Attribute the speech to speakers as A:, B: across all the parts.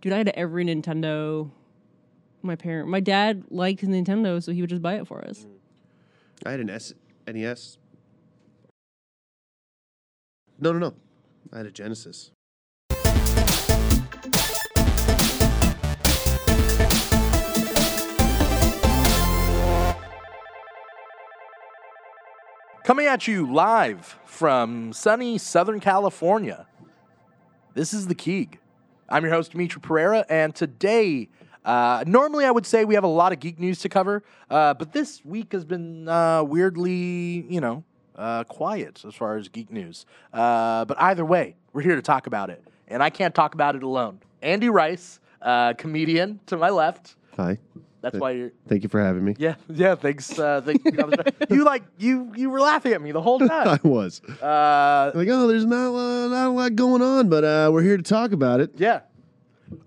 A: dude, I had every Nintendo. My parent, my dad liked Nintendo, so he would just buy it for us.
B: Mm. I had an E S- NES. No, no, no. I had a Genesis.
C: Coming at you live from sunny Southern California. This is The Keeg. I'm your host, Dimitri Pereira, and today, uh, normally I would say we have a lot of geek news to cover, uh, but this week has been uh, weirdly, you know, uh, quiet as far as geek news. Uh, but either way, we're here to talk about it, and I can't talk about it alone. Andy Rice, uh, comedian to my left.
B: Hi.
C: That's why you're.
B: Thank you for having me.
C: Yeah, yeah. Thanks. Uh, thank, I was- you like you you were laughing at me the whole
B: I
C: time.
B: was.
C: Uh,
B: Like, oh, there's not, uh, not a lot going on, but uh, we're here to talk about it.
C: yeah.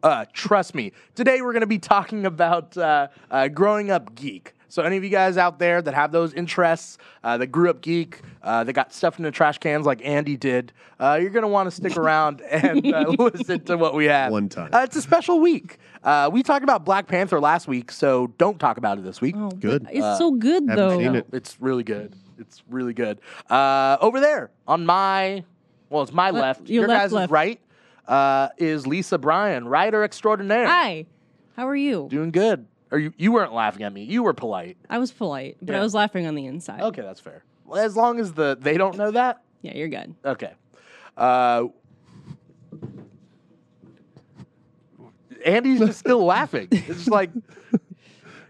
C: Uh, trust me. Today we're going to be talking about uh, uh, growing up geek. So any of you guys out there that have those interests, uh, that grew up geek, uh, that got stuffed in the trash cans like Andy did, uh, you're going to want to stick around and uh, listen to what we have.
B: One time.
C: Uh, it's a special week. Uh, we talked about Black Panther last week, so don't talk about it this week.
A: Oh, but
B: Good.
A: It's so good
B: haven't
A: though.
B: seen it.
C: It's really good. It's really good. Uh, over there on my, well, it's my
A: Le-
C: left.
A: your
C: Your,
A: left,
C: guys'
A: left.
C: right uh, is Lisa Bryan, writer extraordinaire.
A: Hi, how are you?
C: Doing good. Or you, you weren't laughing at me. You were polite.
A: I was polite, but
C: Yeah.
A: I was laughing on the inside.
C: Okay, that's fair. Well, as long as the they don't know that,
A: Yeah, you're good.
C: okay. Uh, Andy's just still laughing. It's just like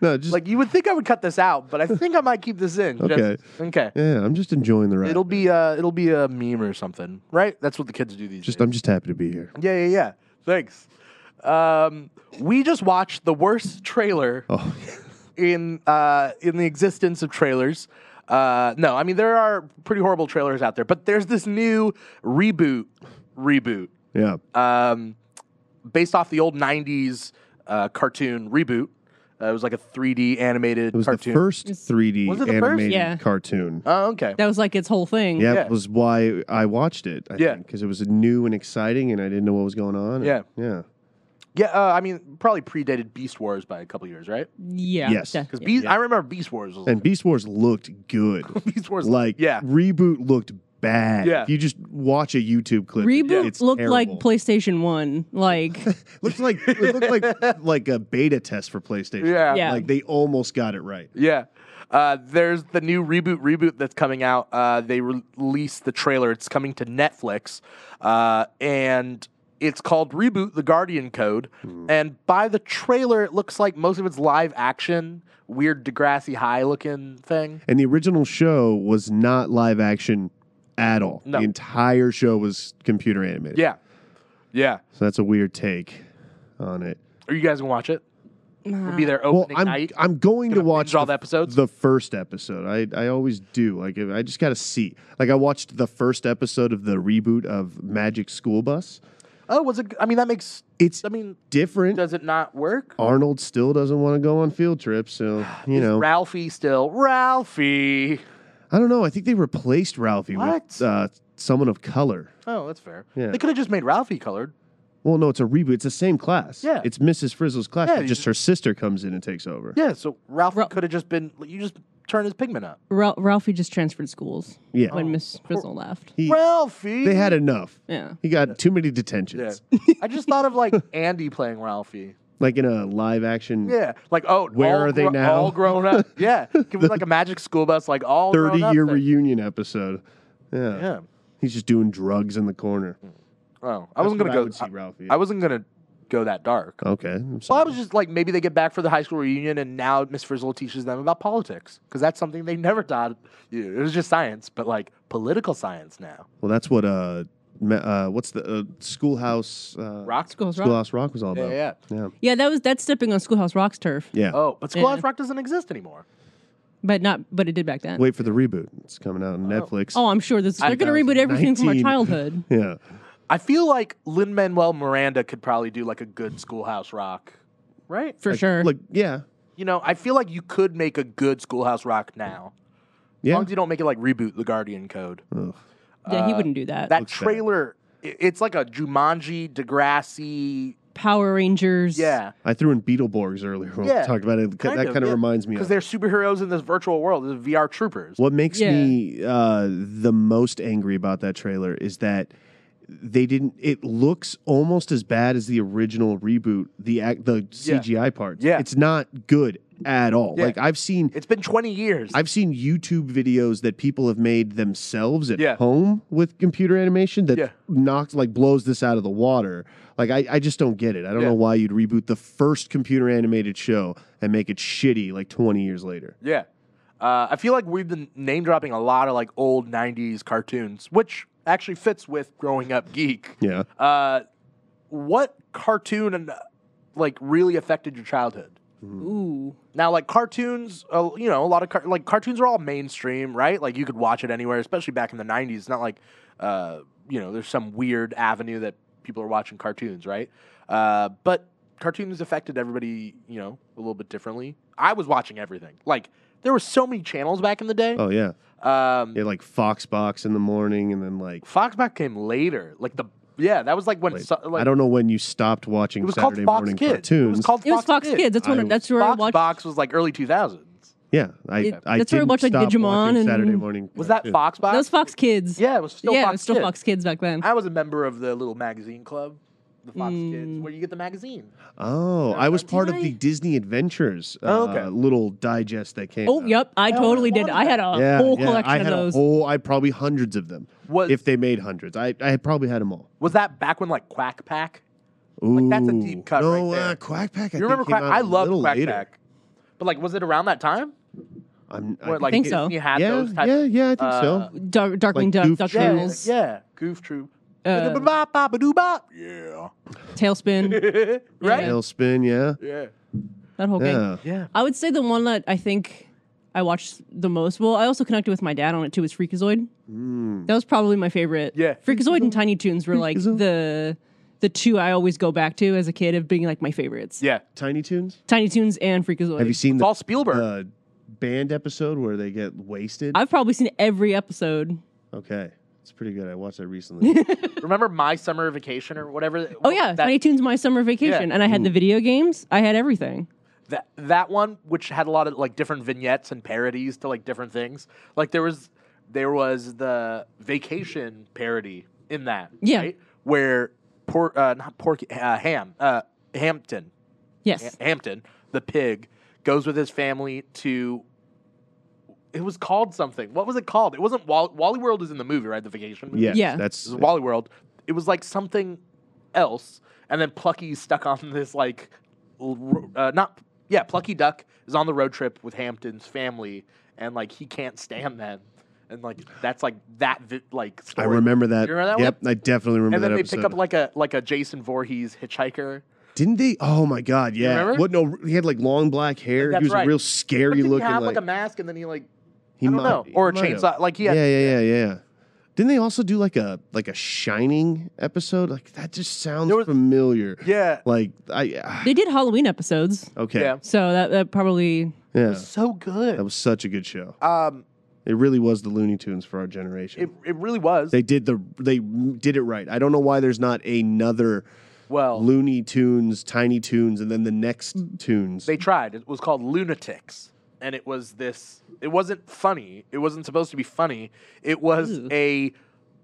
B: No, just
C: like you would think I would cut this out, but I think I might keep this in. just-
B: Okay.
C: okay.
B: yeah, I'm just enjoying the ride.
C: It'll be a it'll be a meme or something, right? That's what the kids do these
B: just
C: days.
B: I'm just happy to be here.
C: yeah, yeah, yeah. Thanks. Um, we just watched the worst trailer
B: Oh,
C: in uh, in the existence of trailers. Uh, no, I mean there are pretty horrible trailers out there, but there's this new reboot reboot
B: yeah.
C: um, based off the old '90s uh, cartoon reboot. Uh, it was like a 3D animated
B: It was
C: cartoon.
B: the first
A: It's-
B: 3D
C: Was it the first?
B: animated
A: Yeah.
B: cartoon.
C: Oh, okay.
A: That was like its whole thing.
B: yeah,
C: yeah.
B: it was why I watched it. I
C: Yeah.
B: because it was new and exciting, and I didn't know what was going on. and-
C: Yeah.
B: yeah.
C: Yeah, uh, I mean probably predated Beast Wars by a couple years, right?
A: Yeah.
B: Yes.
A: def-
C: Because
A: yeah.
C: Beast, I remember Beast Wars was
B: And Beast Wars looked good.
C: Beast Wars,
B: like,
C: yeah,
B: reboot looked bad.
C: Yeah.
B: If you just watch a YouTube clip, it-
A: Reboot
B: it's
A: looked like
B: terrible.
A: PlayStation One. Like,
B: looks like it looked like like a beta test for PlayStation.
C: yeah, yeah.
A: Yeah.
B: Like they almost got it right.
C: Uh, there's the new reboot reboot that's coming out. Uh, they re- released the trailer. It's coming to Netflix, uh, and it's called Reboot: The Guardian Code.
B: Hmm.
C: And by the trailer, it looks like most of it's live action, weird Degrassi High looking thing.
B: And the original show was not live action at all.
C: No.
B: The entire show was computer animated.
C: Yeah, yeah.
B: So that's a weird take on it.
C: Are you guys gonna watch it? It'll be their
B: Well,
C: opening
B: I'm
C: night.
B: I'm going to
C: Gonna
B: watch
C: binge all the episodes?
B: The first episode. I I always do. Like I just got to see. Like I watched the first episode of the reboot of Magic School Bus.
C: oh, was it? I mean, that makes.
B: It's
C: I mean,
B: different.
C: does it not work?
B: Arnold still doesn't want to go on field trips, so Oh, you
C: Is
B: know.
C: Ralphie still Ralphie.
B: I don't know. I think they replaced Ralphie
C: What?
B: with uh, someone of color.
C: Oh, that's fair.
B: Yeah.
C: They could have just made Ralphie colored.
B: Well, no, it's a reboot. It's the same class.
C: Yeah.
B: It's Mrs. Frizzle's class,
C: Yeah,
B: but
C: you
B: just her sister comes in and takes over.
C: Yeah, so Ralphie
A: Ra-
C: could have just been you just turn his pigment up.
A: Ra- Ralphie just transferred schools
B: Yeah.
A: when Miss Frizzle left.
B: He-
C: Ralphie.
B: they had enough.
A: Yeah.
B: He got too many detentions.
C: I just thought of like Andy playing Ralphie.
B: Like in a live action.
C: Yeah, like oh,
B: Hmm. Where
C: all
B: are they
C: gro-
B: now?
C: All grown up. Yeah, give it like a Magic School Bus, like all
B: 30
C: grown up
B: year
C: thing.
B: reunion episode. Yeah.
C: Yeah.
B: He's just doing drugs in the corner.
C: Oh, I
B: That's
C: wasn't gonna
B: what I
C: go.
B: would see
C: I,
B: Ralphie.
C: I wasn't gonna go that dark.
B: okay. I'm
C: Well, I
B: sorry.
C: was just like maybe they get back for the high school reunion, and now Miss Frizzle teaches them about politics because that's something they never taught. you. It was just science, but like political science now.
B: well, that's what. Uh, me- uh, what's the uh, schoolhouse? Uh,
C: Rock
A: Schoolhouse Rock.
B: Schoolhouse Rock was all
C: Yeah,
B: about.
C: yeah.
B: Yeah.
A: Yeah, that was that's stepping on Schoolhouse Rock's turf,
B: Yeah.
C: Oh, but Schoolhouse
A: Yeah.
C: Rock doesn't exist anymore.
A: but not but it did back then.
B: Wait for the reboot. It's coming out on Netflix.
A: Oh, I'm sure this they're going to reboot everything from our
B: 19.
A: childhood.
B: Yeah.
C: I feel like Lin Manuel Miranda could probably do like a good Schoolhouse Rock, right?
A: For sure.
B: Like, yeah.
C: You know, I feel like you could make a good Schoolhouse Rock now, as
B: Yeah.
C: long as you don't make it like reboot the Guardian Code.
B: Ugh.
A: yeah, he
C: uh,
A: wouldn't do that.
C: That
B: Looks bad.
C: trailer, i- it's like a Jumanji, Degrassi,
A: Power Rangers.
C: Yeah.
B: I threw in Beetleborgs earlier when
C: Yeah,
B: we talked about it.
C: kind
B: that
C: of,
B: kind of
C: yeah.
B: reminds me
C: Because
B: of
C: they're superheroes in this virtual world. They're VR troopers.
B: What makes
A: Yeah.
B: me uh, the most angry about that trailer is that they didn't. It looks almost as bad as the original reboot. The ac- the
C: Yeah.
B: CGI parts.
C: Yeah.
B: it's not good at all.
C: Yeah.
B: Like I've seen.
C: It's been 20 years.
B: I've seen YouTube videos that people have made themselves at
C: Yeah.
B: home with computer animation that
C: Yeah.
B: knocks like blows this out of the water. Like I, I just don't get it. I don't
C: Yeah.
B: know why you'd reboot the first computer animated show and make it shitty like 20 years later.
C: yeah. Uh, I feel like we've been name dropping a lot of like old 90s cartoons, which actually fits with growing up geek.
B: Yeah.
C: Uh, what cartoon and uh, like really affected your childhood?
A: Ooh.
C: Now, like cartoons, uh, you know, a lot of car- like cartoons are all mainstream, right? Like you could watch it anywhere, especially back in the '90s. It's not like, uh, you know, there's some weird avenue that people are watching cartoons, right? Uh, but cartoons affected everybody, you know, a little bit differently. I was watching everything. Like there were so many channels back in the day.
B: Oh yeah.
C: Um,
B: Yeah, like Fox Box in the morning, and then like,
C: Foxback came later. Like the yeah, that was like when
B: like,
C: so- like,
B: I don't know when you stopped
C: it
B: watching
C: was
B: Saturday
C: called Fox
B: morning
C: Kids.
B: cartoons.
C: It was called
A: It was
C: Fox
A: Fox Kids. That's when
B: I-
A: that's where I
C: Fox
A: watched.
C: Box was like early 2000s.
B: yeah, I
A: It-
B: I
A: that's where I
B: didn't
A: watched, like,
B: stop
A: Digimon
B: watching
A: and-
B: Saturday morning.
C: Was that
B: cartoons.
C: Fox Box?
A: That was Fox Kids.
C: Yeah, it was still
A: yeah,
C: Fox
A: it was still
C: Kids.
A: Fox Kids back then.
C: I was a member of the little magazine club, the Fox Kids,
A: Mm.
C: where you get the magazine.
B: Oh, I was
C: Did
B: part of the
A: I?
B: Disney Adventures. Uh,
C: Oh, okay.
B: Little digest that came.
A: oh,
B: out.
A: yep, I
C: Yeah,
A: totally
C: one
A: did.
C: of
A: I had a
C: them.
B: Yeah,
A: whole
B: yeah,
A: collection
B: I had
A: of those.
B: a whole. I probably hundreds of them.
C: Was
B: if they made hundreds, I I probably had them all.
C: was that back when like Quack Pack?
B: Ooh,
C: that's a deep cut
B: No,
C: right there.
B: Uh, Quack Pack. I
C: you remember
B: think came
C: Quack?
B: out
C: I
B: a
C: loved
B: little
C: Quack
B: later.
C: Pack, but like, was it around that time?
B: I'm,
C: Where, like,
A: I think so.
C: You had
B: yeah,
C: those type
B: yeah, yeah. I think
C: uh,
B: so.
A: Dark, Darkwing
B: Like
A: Duck,
B: Goof
A: Duck
C: yeah,
A: Tales,
C: yeah, Goof Troop.
A: Uh,
C: Ba-da-ba-ba-ba-ba-doo-bop. Yeah,
A: Tailspin,
C: right.
B: Tailspin. Yeah.
C: Yeah,
A: that whole game.
B: Yeah.
C: yeah.
A: I would say the one that I think I watched the most. Well, I also connected with my dad on it too. Was Freakazoid. That was probably my favorite.
C: Yeah.
A: Freakazoid and Tiny Toons were like
B: Freakazoid.
A: the the two I always go back to as a kid of being like my favorites.
C: Yeah,
B: Tiny Toons.
A: Tiny Toons and Freakazoid.
B: Have you seen
C: it's
B: the
C: all Spielberg.
B: uh, band episode where they get wasted.
A: I've probably seen every episode.
B: okay, it's pretty good. I watched that recently.
C: Remember my summer vacation or whatever?
A: Oh yeah,
C: that,
A: Tiny Toons My Summer Vacation,
C: Yeah.
A: and I had the
B: Hmm.
A: video games. I had everything.
C: that that one which had a lot of like different vignettes and parodies to like different things like there was there was the vacation parody in that
A: Yeah.
C: right? where por- uh, not porky uh, ham uh, hampton
A: Yes.
C: Ha- hampton the pig goes with his family to it was called something what was it called it wasn't Wall- wally world is in the movie right the vacation movie?
B: yes,
A: Yeah.
B: that's
C: This is Wally World. It was like something else, and then Plucky stuck on this like, l- ro- uh, not yeah, Plucky Duck is on the road trip with Hampton's family, and like he can't stand them, and like that's like that vi- like.
B: I
C: Story.
B: remember that.
C: You remember that
B: yep,
C: one?
B: I definitely remember
C: And then
B: that
C: they
B: episode.
C: pick up like a like a Jason Voorhees hitchhiker.
B: Didn't they? Oh my god, yeah.
C: remember?
B: What? No, he had like long black hair. he
C: That's
B: was
C: right.
B: a real
C: But
B: scary
C: didn't he
B: looking.
C: have
B: like,
C: like a mask, and then he like
B: he
C: I don't
B: might-
C: know,
B: he
C: or a
B: might have.
C: chainsaw. Like he had
B: yeah, yeah, yeah, yeah. Didn't they also do like a like a Shining episode? Like that just sounds
C: There was-
B: familiar.
C: yeah.
B: Like I. ah,
A: They did Halloween episodes,
B: Okay.
C: Yeah.
B: Yeah.
A: so that, that probably
C: so good.
B: That was such a good show.
C: um,
B: It really was the Looney Tunes for our generation.
C: it it really was
B: they did the they did it right. I don't know why there's not another
C: well.
B: Looney Tunes, Tiny Tunes, and then the next Tunes.
C: They tried. It was called Lunatics. And it was this it wasn't funny. It wasn't supposed to be funny. It was
A: Ew.
C: a you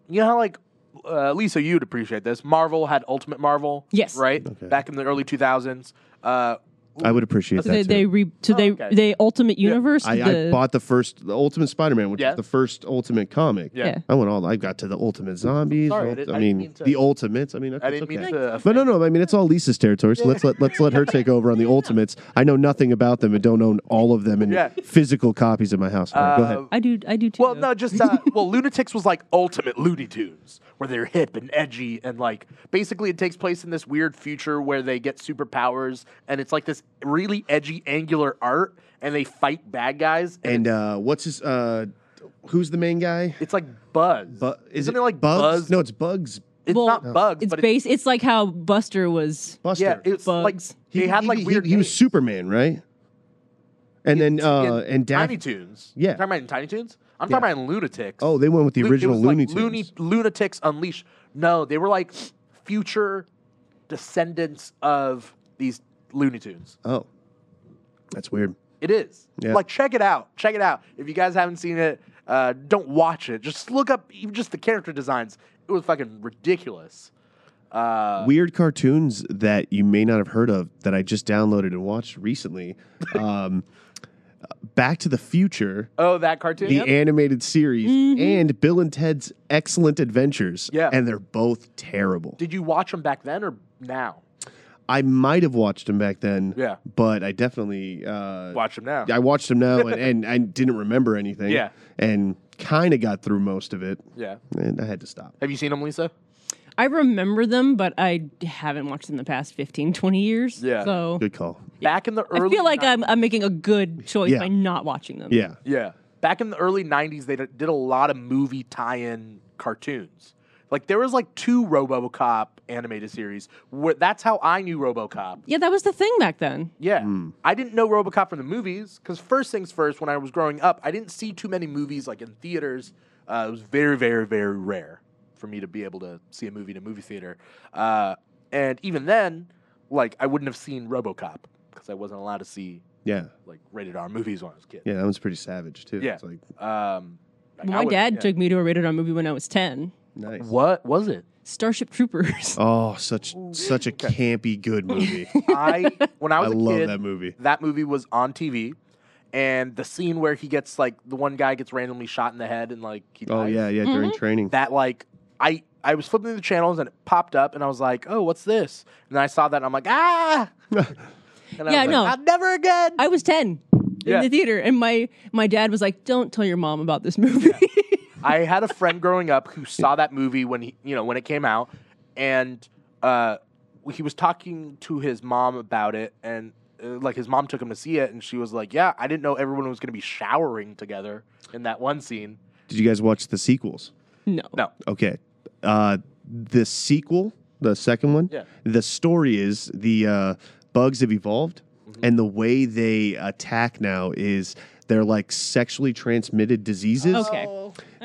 C: know how like uh, Lisa, you'd appreciate this. Marvel had Ultimate Marvel.
A: Yes.
C: Right?
B: Okay.
C: Back in the early two thousands. Uh
B: I would appreciate
A: so
B: that
A: they
B: too.
A: they re, so
C: Oh,
A: they
C: okay.
A: they Ultimate Universe.
B: I,
A: the-
B: I bought the first, the Ultimate Spider-Man, which
C: Yeah.
B: is the first Ultimate comic.
C: yeah.
A: Yeah.
B: I went all. I got to the Ultimate Zombies.
C: Sorry, I
B: ult-
C: didn't-
B: I,
C: I didn't
B: mean,
C: mean to-
B: the Ultimates. I mean, that's
C: I didn't
B: okay.
C: mean to
B: But no, no. I mean, it's all Lisa's territory. So let's let let's let her take over on the Ultimates. I know nothing about them and don't own all of them in
C: Yeah.
B: physical copies in my house. All right, go ahead.
C: Uh,
A: I do. I do too.
C: Well,
A: though.
C: no, just uh, well, Lunatics was like ultimate Looney Tunes, where they're hip and edgy and like basically it takes place in this weird future where they get superpowers and it's like this really edgy angular art and they fight bad guys and,
B: And uh, what's his? Uh, who's the main guy?
C: it's like Buzz.
B: Bu- is
C: Isn't
B: it
C: it like
B: Bugs?
C: Buzz?
B: No, it's Bugs.
C: It's
A: Well,
C: not bugs,
A: it's
C: but
A: base. It's like how Buster was.
C: it's,
B: Buster.
C: yeah, it's
A: Bugs.
C: like they had like
B: he,
C: weird.
B: He was
C: names.
B: Superman, right? And then
C: In-
B: uh,
C: in
B: and Daffy.
C: Tiny Toons.
B: Yeah.
C: You're talking about in Tiny Toons. I'm
B: Yeah.
C: talking about in Lunatics.
B: Oh, they went with the
C: Lu- it
B: original
C: was like
B: Looney Tunes.
C: Looney- Lunatics Unleashed. No, they were like future descendants of these Looney Tunes.
B: Oh, that's weird.
C: It is.
B: Yeah.
C: Like, check it out. Check it out. If you guys haven't seen it, uh, don't watch it. Just look up even just the character designs. It was fucking ridiculous. Uh,
B: weird cartoons that you may not have heard of that I just downloaded and watched recently. um, Back to the Future,
C: oh, that cartoon.
B: the animated series, and Bill and Ted's Excellent Adventures.
C: Mm-hmm. Yeah.
B: And they're both terrible.
C: Did you watch them back then or now?
B: I might have watched them back then.
C: Yeah.
B: But I definitely. Uh,
C: Watch them now.
B: I watched them now and, and I didn't remember anything.
C: Yeah.
B: And kind of got through most of it.
C: Yeah.
B: And I had to stop.
C: Have you seen them, Lisa?
A: I remember them, but I haven't watched them in the past 15, 20 years.
C: Yeah.
A: So
B: Good call.
C: Back in the
A: I
C: early.
A: feel like
C: ni-
A: I'm, I'm making a good choice
B: Yeah.
A: by not watching them.
B: Yeah.
C: Yeah. Back in the early 90s, they d- did a lot of movie tie in cartoons. Like, there was like two Robocop animated series where that's how I knew Robocop.
A: Yeah, that was the thing back then.
C: Yeah.
B: Hmm.
C: I didn't know Robocop from the movies because, first things first, when I was growing up, I didn't see too many movies like in theaters. Uh, it was very, very, very rare for me to be able to see a movie in a movie theater. Uh, and even then, like, I wouldn't have seen Robocop because I wasn't allowed to see
B: Yeah.
C: like rated R movies when I was a kid.
B: Yeah. That one's pretty savage, too.
C: Yeah.
B: It's like,
C: Um, like, I
A: My
C: would-
A: dad
C: yeah.
A: took me to a rated R movie when I was 10.
B: nice.
C: What was it?
A: Starship Troopers.
B: Oh, such such a campy good movie.
C: I when I
B: I
C: was a
B: love
C: kid,
B: that movie.
C: that movie was on TV, and the scene where he gets like the one guy gets randomly shot in the head and like he
B: Oh
C: dies,
B: yeah, yeah, during training.
C: Mm-hmm. that like I I was flipping through the channels and it popped up and I was like oh what's this and then I saw that and I'm like ah and I
A: Yeah,
C: was like,
A: no.
C: "Ah, never again
A: I was 10
C: Yeah.
A: in the theater, and my, my dad was like, don't tell your mom about this movie.
C: I had a friend growing up who saw that movie when he, you know, when it came out, and uh, he was talking to his mom about it, and uh, like his mom took him to see it, and she was like, "Yeah, I didn't know everyone was going to be showering together in that one scene."
B: Did you guys watch the sequels?
A: no.
C: No,
B: Okay. Uh the sequel, the second one,
C: Yeah.
B: the story is the uh bugs have evolved and the way they attack now is they're like sexually transmitted diseases.
A: Okay.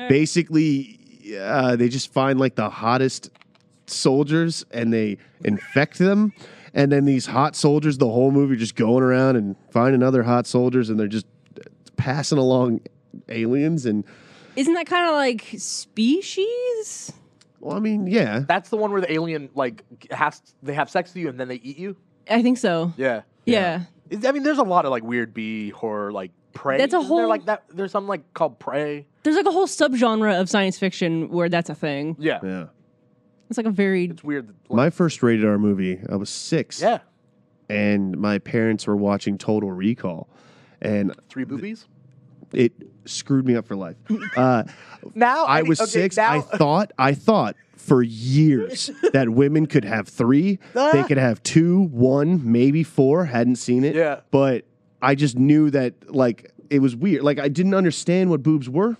B: Basically, uh, they just find like the hottest soldiers and they infect them. And then these hot soldiers, the whole movie, just going around and finding other hot soldiers and they're just passing along aliens. And
A: Isn't that kind of like species?
B: well, I mean, yeah.
C: that's the one where the alien like has they have sex with you and then they eat you.
A: I think so.
C: Yeah,
A: Yeah.
C: It's- I mean, there's a lot of like weird B horror like prey.
A: That's a
C: Isn't there,
A: whole-
C: like that. There's something like called prey.
A: There's like a whole subgenre of science fiction where that's a thing.
C: Yeah,
B: Yeah.
A: It's like a very
C: it's weird. that-
B: My first rated R movie, I was six.
C: yeah,
B: And my parents were watching Total Recall. And
C: three boobies.
B: it screwed me up for life. Uh,
C: Now
B: I was
C: okay,
B: six.
C: Now,
B: I thought I thought for years that women could have three.
C: Ah.
B: They could have two, one, maybe four. Hadn't seen it.
C: Yeah.
B: But I just knew that like it was weird. Like I didn't understand what boobs were.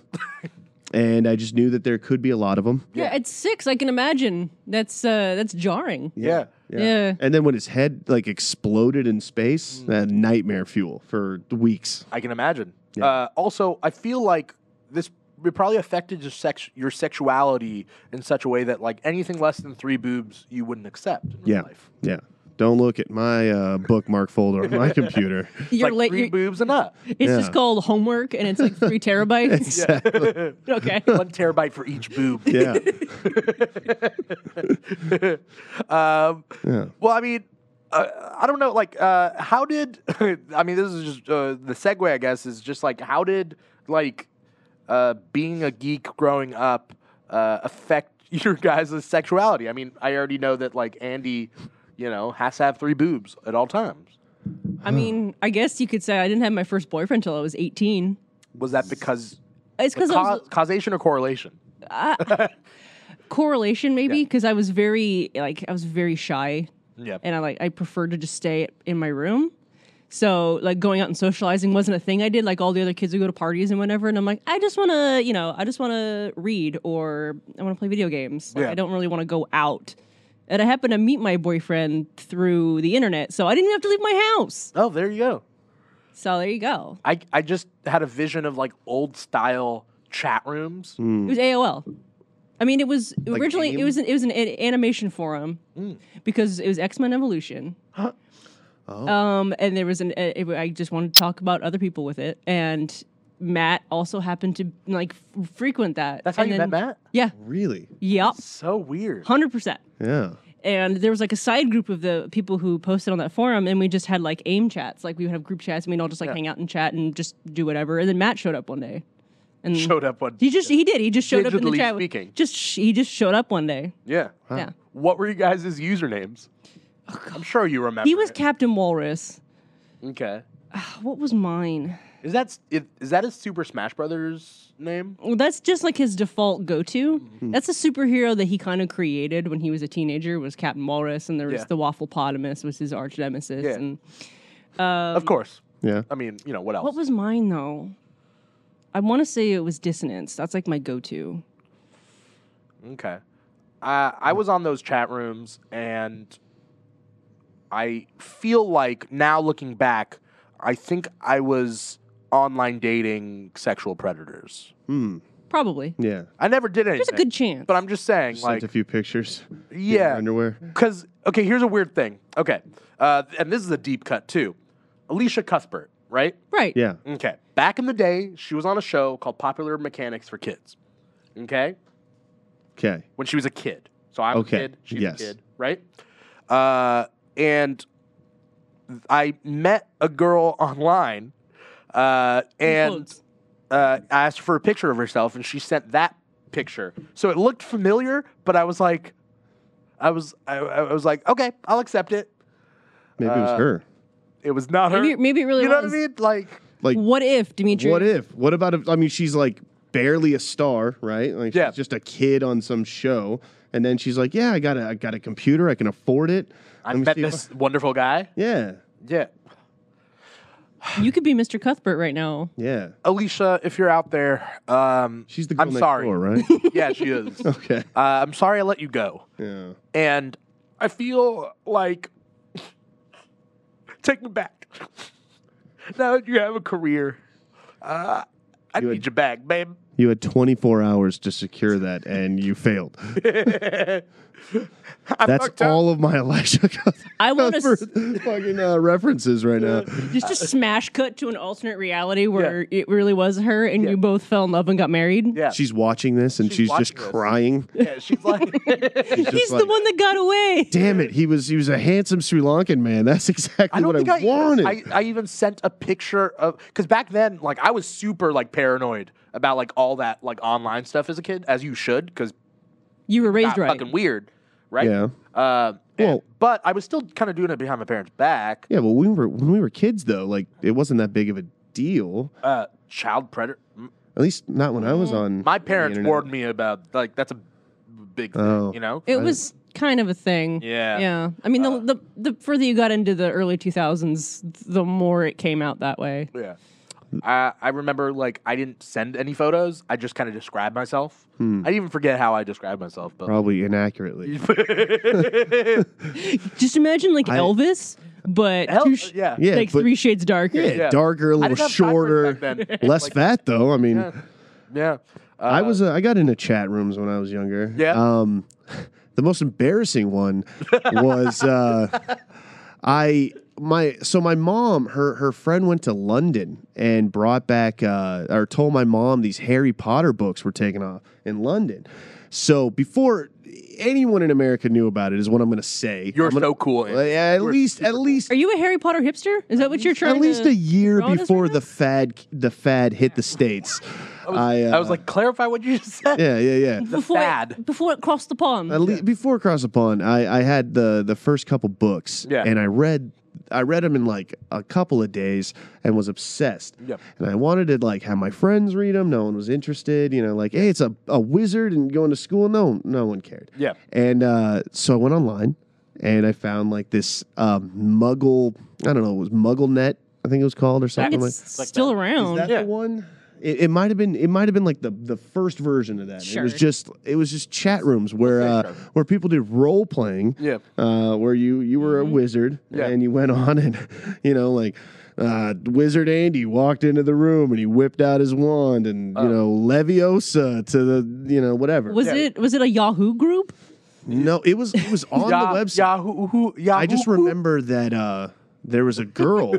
B: and I just knew that there could be a lot of them.
A: yeah. At six, I can imagine that's uh, that's jarring.
C: yeah.
A: Yeah.
B: And then when his head like exploded in
C: Mm.
B: space, uh, nightmare fuel for weeks.
C: I can imagine. Uh, also, I feel like this it probably affected your sex your sexuality in such a way that like anything less than three boobs you wouldn't accept in real
B: Yeah.
C: life.
B: Yeah. Don't look at my uh, bookmark folder on my computer.
C: It's
A: You're
C: like
A: late.
C: three
A: You're,
C: boobs and up.
A: it's just
B: Yeah.
A: called homework, and it's like three terabytes. Okay.
C: One terabyte for each boob.
B: Yeah.
C: Um,
B: Yeah.
C: Well, I mean, uh, I don't know. Like, uh, how did? I mean, this is just uh, the segue. I guess is just like how did like uh, being a geek growing up uh, affect your guys' sexuality? I mean, I already know that like Andy, you know, has to have three boobs at all times.
A: I mean, I guess you could say I didn't have my first boyfriend till I was 18.
C: Was that because
A: It's because I was
C: cau- causation or correlation?
A: correlation maybe because I was very like I was very shy
C: Yeah.
A: and I like I preferred to just stay in my room. So like going out and socializing wasn't a thing I did. Like all the other kids would go to parties and whatever, and I'm like, I just want to, you know, I just want to read or I want to play video games. Like,
C: Yeah.
A: I don't really want to go out. And I happened to meet my boyfriend through the internet, so I didn't even have to leave my house.
C: Oh, there you go.
A: So there you go.
C: I I
A: Mm.
C: just had a vision of like old style chat rooms.
A: It was AOL. I mean, it was
B: Like
A: originally
B: AIM?
A: it was an, it was an a- animation forum
C: Mm.
A: because it was X Men Evolution.
C: Oh.
A: Um, and there was an uh, it, I just wanted to talk about other people with it, and Matt also happened to like f- frequent that.
C: That's how
A: And
C: you
A: then-
C: met Matt?
A: Yeah.
B: Really?
A: Yep.
C: So weird.
A: Hundred percent.
B: Yeah.
A: and there was like a side group of the people who posted on that forum and we just had like aim chats like we would have group chats and we'd all just like hang out and chat and just do whatever and then matt showed up one day and
C: Showed up one.
A: he just he did he just showed up in
C: Digitally
A: the chat
C: speaking.
A: just sh- he just showed up one day
C: Yeah.
A: yeah
C: What were you guys' usernames? I'm sure you remember.
A: Oh, he was
C: it.
A: captain walrus
C: okay.
A: what was mine
C: Is that s- it- is that his Super Smash Brothers name?
A: well that's just like his default go-to
C: Hmm.
A: that's a superhero that he kind of created when he was a teenager was captain walrus and there was
C: Yeah.
A: the waffle potamus was his arch nemesis
C: Yeah.
A: and
C: of course.
B: Yeah.
C: I mean, you know what else?
A: Um, What was mine though? I want to say it was dissonance. That's like my go-to.
C: Okay. Uh, I was on those chat rooms, and I feel like now looking back, I think I was online dating sexual predators.
B: Hmm.
A: Probably.
B: Yeah.
C: I never did anything.
A: There's a good chance.
C: but I'm just saying,
B: Sent
C: like,
B: a few pictures. in your
C: yeah,
B: Underwear.
C: because okay, here's a weird thing. Okay, uh, and this is a deep cut too. Alicia Cuthbert, right?
A: right.
B: Yeah.
C: Okay. Back in the day, she was on a show called Popular Mechanics for Kids. Okay?
B: Okay.
C: When she was a kid. So I'm
B: Okay,
C: a kid, she's
B: yes.
C: a kid, right? Uh, and I met a girl online uh, and
A: Clothes.
C: uh, I asked for a picture of herself, and she sent that picture. So it looked familiar, but I was like, I was, I, I was like, okay, I'll accept it.
B: Maybe it
C: Uh,
B: was her.
C: It was not her.
A: maybe, maybe it really
C: you know
A: was.
C: what I mean? Like,
B: Like,
A: What if Dimitri?
B: what if? What about if? I mean, she's like barely a star, right? Like,
C: Yeah.
B: she's just a kid on some show, and then she's like, "Yeah, I got a, I got a computer. I can afford it."
C: I
B: Let me
C: met
B: see if
C: this wonderful guy.
B: Yeah.
C: Yeah.
A: you could be Mr. Cuthbert right now?
B: Yeah.
C: Alicia, if you're out there, um,
B: She's the girl
C: I'm
B: next
C: sorry.
B: door, right?
C: yeah, she is. uh,
B: okay.
C: I'm sorry I let you go,
B: Yeah.
C: and I feel like take me back. now that you have a career, uh, I
B: You
C: need
B: had-
C: you back, babe.
B: You had 24 hours to secure that, and you failed.
C: I
B: That's
C: fucked up.
B: all of my Elisha
A: I want to s-
B: fucking uh, references right now.
A: just just smash cut to an alternate reality where it really was her and
C: Yeah.
A: you both fell in love and got married.
C: Yeah,
B: She's watching this, and
C: She's
B: she's, just
C: watching this.
B: crying.
C: yeah, she's like,
B: She's
A: He's
B: just
A: the
B: like,
A: one that got away.
B: Damn it! He was he was a handsome Sri Lankan man. That's exactly what I, wanted.
C: I, I even sent a picture of because back then, like I was super like paranoid about like all that like online stuff as a kid, as you should, because
A: You were raised right.
C: fucking weird, right?
B: Yeah.
C: Uh,
B: Well-
C: but I was still kind of doing it behind my parents' back.
B: yeah, well, we were when we were kids though. Like it wasn't that big of a deal.
C: Uh, child predator. m-
B: At least not when I was on.
C: Mm. My
B: the
C: parents
B: internet.
C: warned me about like that's a big thing,
B: Oh.
C: you know.
A: It was kind of a thing.
C: Yeah. Uh.
A: Yeah. I mean, the, the the further you got into the early 2000s, the more it came out that way.
C: Yeah. I, I remember like I didn't send any photos. I just kind of described myself.
B: Hmm.
C: I even forget how I described myself, but
B: probably inaccurately.
A: Just imagine like Elvis, but
C: Hell,
A: two sh-
C: yeah.
B: Yeah,
A: like
B: but-
A: three shades darker.
B: Yeah,
C: Yeah.
B: darker, a
C: I
B: little
C: didn't have time for it
B: shorter,
C: back then.
B: less fat though. I mean,
C: Yeah. Uh,
B: I was uh, I got into chat rooms when I was younger.
C: Yeah?
B: Um, the most embarrassing one was uh, I my so my mom her her friend went to London and brought back uh, or told my mom these Harry Potter books were taken off in London. So before anyone in America knew about it is what I'm going to say.
C: You're
B: I'm gonna-
C: so cool.
B: Uh,
C: Andy.
B: at least at least
A: Are you a Harry Potter hipster? Is that what you're trying
B: at least
A: to
B: a year
A: throw on us
B: before
A: right now?
B: the fad the fad hit the states. I was, uh,
C: I was like, clarify what you just said.
B: yeah yeah yeah.
A: before
C: fad.
A: It, before it crossed the pond?
B: At le- before Across the Pond, I, I had the the first couple books,
C: Yeah.
B: and I read I read them in like a couple of days and was obsessed.
C: Yep.
B: And I wanted to like have my friends read them. No one was interested. You know, like hey, it's a, a wizard and going to school. No, no one cared.
C: Yeah.
B: And uh, so I went online and I found like this um, Muggle. I don't know. It was MuggleNet. I think it was called or
A: I
B: something
A: think
B: like.
A: it's still around.
B: Is that
C: Yeah.
B: the one? It, it might have been it might have been like the the first version of that. It
A: Sure.
B: was just it was just chat rooms where uh, where people did role playing.
C: Yeah.
B: Uh, where you you were
A: Mm-hmm.
B: a wizard
C: Yeah.
B: and you went on and you know like uh, wizard Andy walked into the room and he whipped out his wand and you know Leviosa to the you know whatever.
A: Oh. Was
C: Yeah.
A: it was it a Yahoo group?
B: no, it was it was on
C: Yah-
B: the website.
C: Yahoo, who, Yahoo,
B: I just
C: who?
B: remember that uh, there was a girl,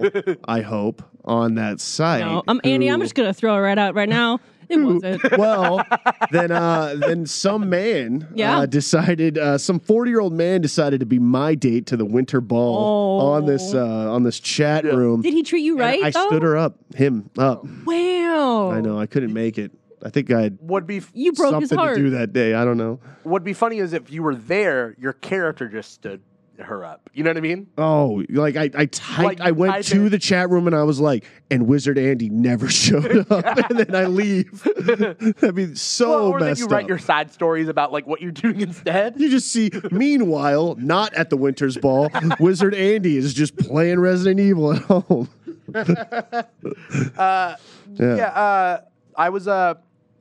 B: I hope, on that site.
A: No, I'm Andy. um, I'm
B: who-
A: just gonna throw it right out right now. It wasn't.
B: well, then, uh, then some man
A: Yeah.
B: uh, decided, uh, some forty-year-old man decided to be my date to the winter ball
A: Oh.
B: on this uh, on this chat room.
A: Did he treat you
B: And
A: right?
B: I stood
A: though?
B: her up, him up.
A: Wow.
B: I know I couldn't make it. I think I had
C: Would be f-
A: You broke his
B: something to
A: heart.
B: do that day. I don't know.
C: would be funny is if you were there, your character just stood her up. You know what I mean?
B: Oh, like I, I typed,
C: Like,
B: I went
C: typed
B: to
C: it.
B: the chat room and I was like, and Wizard Andy never showed up, and then I leave. That'd be so
C: Well, or then
B: Oh, messed
C: you write
B: up.
C: your side stories about like what you're doing instead.
B: You just see, meanwhile, not at the Winter's Ball, Wizard Andy is just playing Resident Evil at home.
C: Yeah.
B: Yeah.
C: uh, I was uh,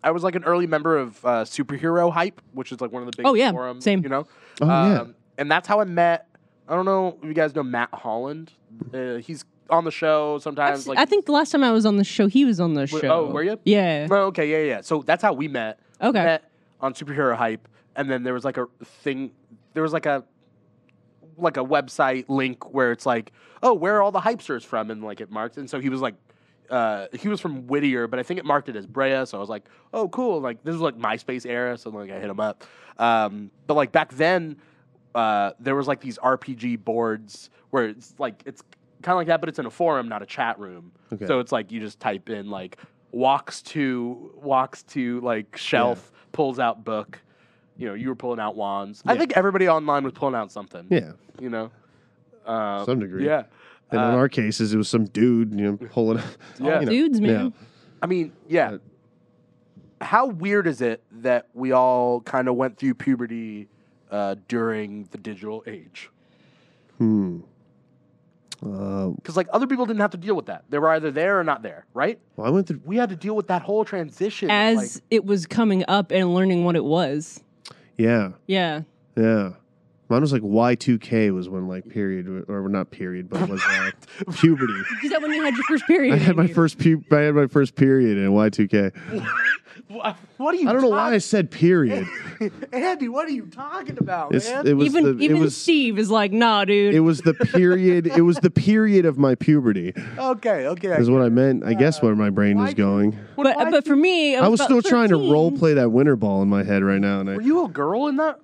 C: I was like an early member of uh, superhero hype, which is like one of the big
A: Oh, yeah.
C: forums,
A: Same.
C: You know. Um,
B: Oh, yeah.
C: And that's how I met. I don't know if you guys know Matt Holland. Uh, he's on the show sometimes.
A: I've-
C: like
A: I think the last time I was on the show, he was on the show.
C: oh, were you?
A: Yeah.
C: Oh, okay, yeah, yeah. So that's how we met.
A: Okay.
C: Met on superhero hype, and then there was like a thing. There was like a like a website link where it's like, oh, where are all the hypesters from? And like it marked. And so he was like, uh, he was from Whittier, but I think it marked it as Brea. So I was like, oh, cool. Like this was like MySpace era, so like I hit him up. Um, but like back then, uh, there was like these RPG boards where it's like it's kind of like that, but it's in a forum, not a chat room.
B: Okay.
C: So it's like you just type in like walks to walks to like shelf, pulls out book. You know, you were pulling out wands. I think everybody online was pulling out something.
B: Yeah,
C: You know. Uh,
B: some degree.
C: Yeah. uh,
B: And in our cases, it was some dude, you know, pulling.
C: Yeah.
B: you know,
A: Dudes, man.
B: yeah.
C: I mean, yeah. How weird is it that we all kind of went through puberty uh, during the digital age?
B: Uh,
C: Because like other people didn't have to deal with that. They were either there or not there, right?
B: well, I went through.
C: We had to deal with that whole transition.
A: As
C: like,
A: it was coming up and learning what it was.
B: Yeah,
A: Yeah.
B: yeah. Mine was like Y2K was when like period or not period, but was uh, puberty.
A: Is that when you had your first
B: I
A: period?
B: had my
A: Andy?
B: first pu- I had my first period in Y2K.
C: wha- what are you?
B: I don't know why I
C: talk-
B: said period.
C: Andy. What are you talking about,
B: It's,
C: man?
B: it was
A: Even
B: the,
A: even
B: it was
A: Steve is like, nah, dude.
B: it was the period it was the period of my puberty
C: okay, okay.
B: is what I meant. I guess where my brain was
C: why-
B: going.
A: but
C: Why
A: but
C: did-
A: for me, I was,
B: I was
A: about
B: still trying to
A: 13.
B: role play that winter ball in my head right now, and I,
C: were you a girl in that?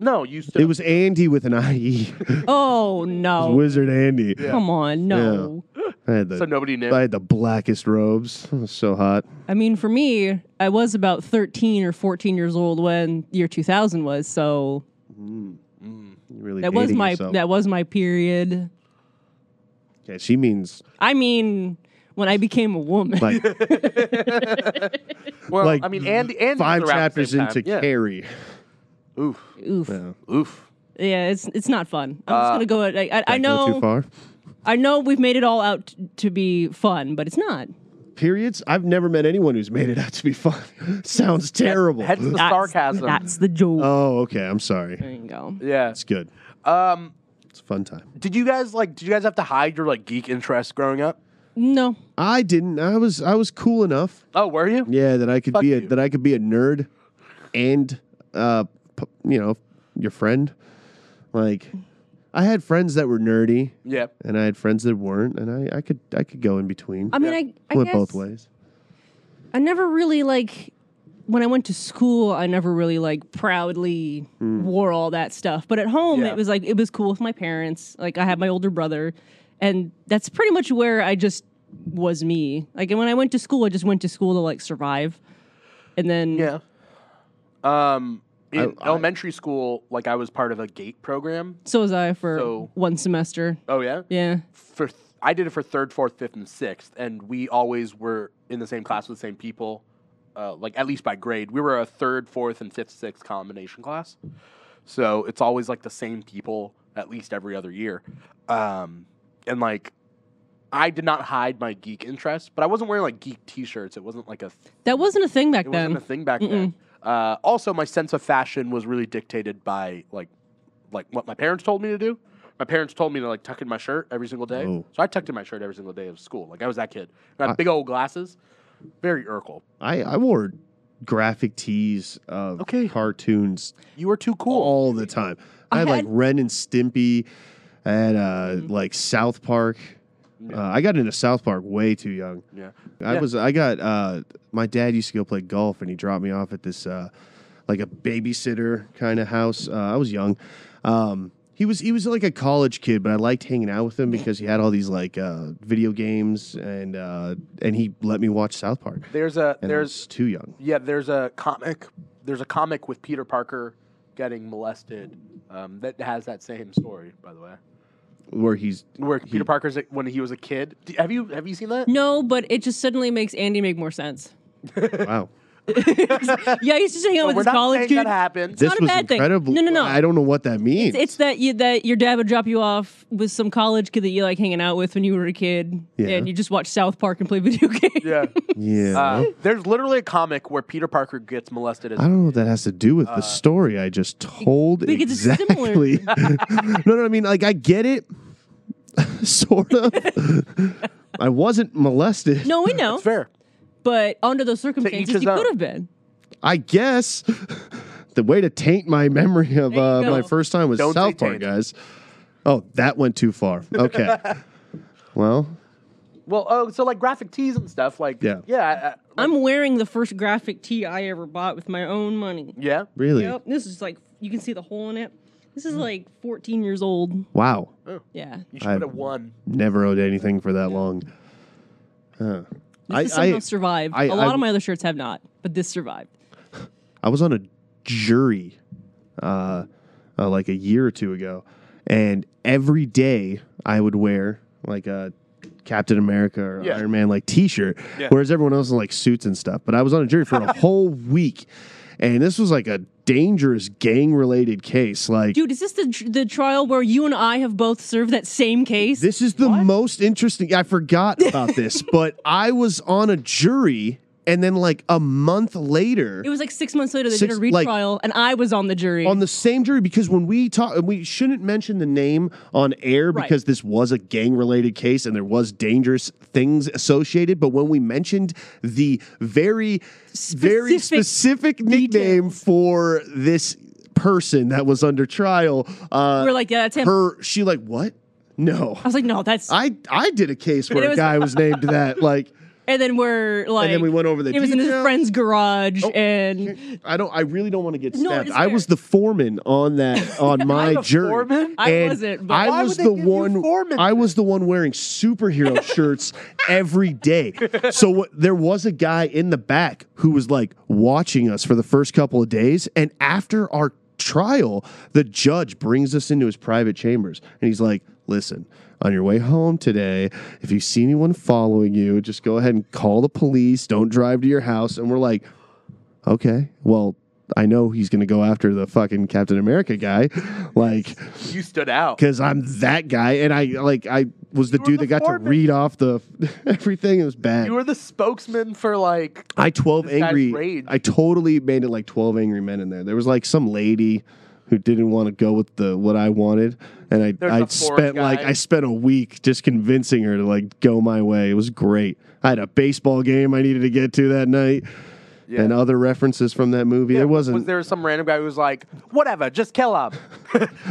C: No, you. Stood
B: it was Andy with an IE,
A: Oh no!
B: Wizard Andy.
A: Come on, no.
B: I had the
C: So nobody knew.
B: I had the blackest robes. It was so hot.
A: I mean, for me, I was about thirteen or fourteen years old when year two thousand was. So
B: You really
A: that was
B: dating
A: my
B: yourself.
A: that was my period.
B: Yeah, she means
A: I mean, when I became a woman,
B: like
C: well,
B: like
C: I mean, Andy. Andy was
B: five
C: around the
B: chapters
C: same time.
B: into
C: yeah.
B: Carrie.
C: Oof.
A: oof. Yeah.
B: Yeah.
C: Oof.
A: it's it's not fun. I'm just gonna go. at- I, I, I
B: Did I go too
A: know
B: far.
A: I know we've made it all out t- to be fun, but it's not.
B: Periods. I've never met anyone who's made it out to be fun. Sounds terrible.
C: Hence the sarcasm.
A: That's the joke.
B: Oh, okay. I'm sorry.
A: there you go.
C: yeah.
B: It's good.
C: Um.
B: It's a fun time.
C: Did you guys like? Did you guys have to hide your like geek interests growing up?
A: No,
B: I didn't. I was I was cool enough.
C: Oh, were you?
B: Yeah, that I could
C: Fuck
B: be a
C: you.
B: that I could be a nerd, and uh, p- you know, your friend. Like, I had friends that were nerdy,
C: Yeah.
B: and I had friends that weren't, and I I could I could go in between.
C: Um,
A: I mean, I, I
B: went
A: guess
B: both ways.
A: I never really like when I went to school. I never really like proudly wore all that stuff. But at home,
C: Hmm. Yeah.
A: it was like it was cool with my parents. Like I had my older brother, and that's pretty much where I just was me. Like and when I went to school, I just went to school to like survive, and then
C: Yeah. Um, in
B: I-
C: elementary school, like I was part of a gate program.
A: so was I for
C: So-
A: one semester.
C: Oh yeah.
A: Yeah.
C: For th- I did it for third, fourth, fifth, and sixth, and we always were in the same class with the same people. Uh, like at least by grade, we were a third, fourth, and fifth, sixth combination class. So it's always like the same people at least every other year. Um, and like I did not hide my geek interest, but I wasn't wearing like geek T-shirts. It wasn't like a
A: That wasn't a thing back
C: it
A: then.
C: wasn't a thing back then. Uh, also, my sense of fashion was really dictated by like like what my parents told me to do. My parents told me to like tuck in my shirt every single day,
B: Oh.
C: so I tucked in my shirt every single day of school. Like I was that kid. And I had big old glasses, very Urkel.
B: I, I wore graphic tees of
C: Okay.
B: cartoons
C: You were too cool.
B: all the time. I,
A: I
B: had, like
A: had-
B: Ren and Stimpy. I had uh,
C: Mm-hmm.
B: like South Park. Uh, I got into South Park way too young.
C: Yeah.
B: I
C: Yeah.
B: was I got uh, my dad used to go play golf and he dropped me off at this uh, like a babysitter kind of house. Uh, I was young. Um, he was he was like a college kid, but I liked hanging out with him because he had all these like uh, video games and uh, and he let me watch South Park.
C: There's a
B: And I
C: there's
B: was too young.
C: Yeah, there's a comic. There's a comic with Peter Parker getting molested. Um, that has that same story, by the way.
B: Where he's
C: Where
B: he-
C: Peter Parker's like, when he was a kid. D- Have you have you seen that?
A: No, but it just suddenly makes Andy make more sense.
B: wow.
A: yeah, he's just hanging out with
C: But we're
A: his
C: not
A: college
C: saying
A: kid.
C: that happened.
B: this
A: not a
B: was
A: bad thing.
B: incredible.
A: No, no, no.
B: I don't know what that means.
A: It's that you that your dad would drop you off with some college kid that you like hanging out with when you were a kid,
B: Yeah.
A: and you just watch South Park and play video games.
C: yeah.
B: yeah.
C: Uh, there's literally a comic where Peter Parker gets molested. As
B: I don't know what that has to do
A: Uh,
B: with the story I just told.
A: because it's similar.
B: exactly. no, no, I mean, like, I get it, sort of. I wasn't molested.
A: No, we know,
C: It's fair.
A: but under those circumstances,
C: his
A: he
C: own.
A: could have been.
B: I guess the way to taint my memory of
A: There you
B: uh, my
A: go.
B: first time was
C: Don't say
B: South Park,
C: taint.
B: guys. Oh, that went too far. Okay. well,
C: Well, oh, so like graphic tees and stuff. Like
B: Yeah.
C: yeah, I- I-
A: I'm wearing the first graphic tee I ever bought with my own money.
C: yeah.
B: really? Mm.
A: Yep, this is like you can see the hole in it. This is like 14 years old.
B: Wow.
A: Yeah,
C: You
B: I-
C: should have won.
B: Never owed anything for that long. Huh.
A: this
B: I-
A: has somehow
B: I-
A: survived.
B: I-
A: A lot
B: I-
A: of my other shirts have not, but this survived.
B: I was on a jury uh, uh, like a year or two ago, and every day I would wear like a Captain America or
C: Yeah.
B: Iron Man like T-shirt,
C: Yeah.
B: whereas everyone else was like suits and stuff. But I was on a jury for a whole week, and this was like a dangerous gang-related case. Like
A: Dude, is this the tr- the trial where you and I have both served that same case?
B: This is the most interesting. I forgot about this, but I was on a jury, and then like a month later,
A: it was like six months later they
B: Six-
A: did a
B: like-
A: retrial, and I was on the jury.
B: on the same jury because when we talk, we shouldn't mention the name on air
A: Right.
B: because this was a gang related case and there was dangerous things associated. But when we mentioned the very, very specific nickname for this person that was under trial, uh,
A: we were like, yeah, that's him.
B: her, she like what? No,
A: I was like, no, that's.
B: I I did a case where
A: it
B: a
A: was-
B: guy was named that. Like,
A: and then we're like,
B: and then we went over the.
A: it was in his
B: details. Oh.
A: friend's garage, and
B: I don't. I really don't want to get
A: No,
B: stabbed.
A: it's
B: I was the foreman on that on my
C: the
B: jury.
C: foreman?
A: I
B: and
A: wasn't, but-
B: I
A: Why
B: was
C: would they
B: the
C: give you
B: one.
C: foreman
B: I was the one wearing superhero shirts every day. So what, there was a guy in the back who was like watching us for the first couple of days, and after our trial, the judge brings us into his private chambers, and he's like, "Listen." On your way home today, if you see anyone following you, just go ahead and call the police. Don't drive to your house. And we're like, okay, well, I know he's going to go after the fucking Captain America guy, like,
C: You stood out.
B: because I'm that guy, and I like I was the
C: You were
B: dude that
C: the
B: got to
C: foreman.
B: read off the everything. It was bad.
C: You were the spokesman for like
B: I twelve
C: This guy's
B: angry.
C: rage.
B: I totally made it like twelve angry men in there. There was like some lady who didn't want to go with the what I wanted, and I
C: There's
B: I
C: a fourth
B: spent like
C: guy.
B: I spent a week just convincing her to like go my way. It was great. I had a baseball game I needed to get to that night,
C: Yeah.
B: and other references from that movie.
C: Yeah,
B: there wasn't.
C: Was there some random guy who was like, "Whatever, just kill him,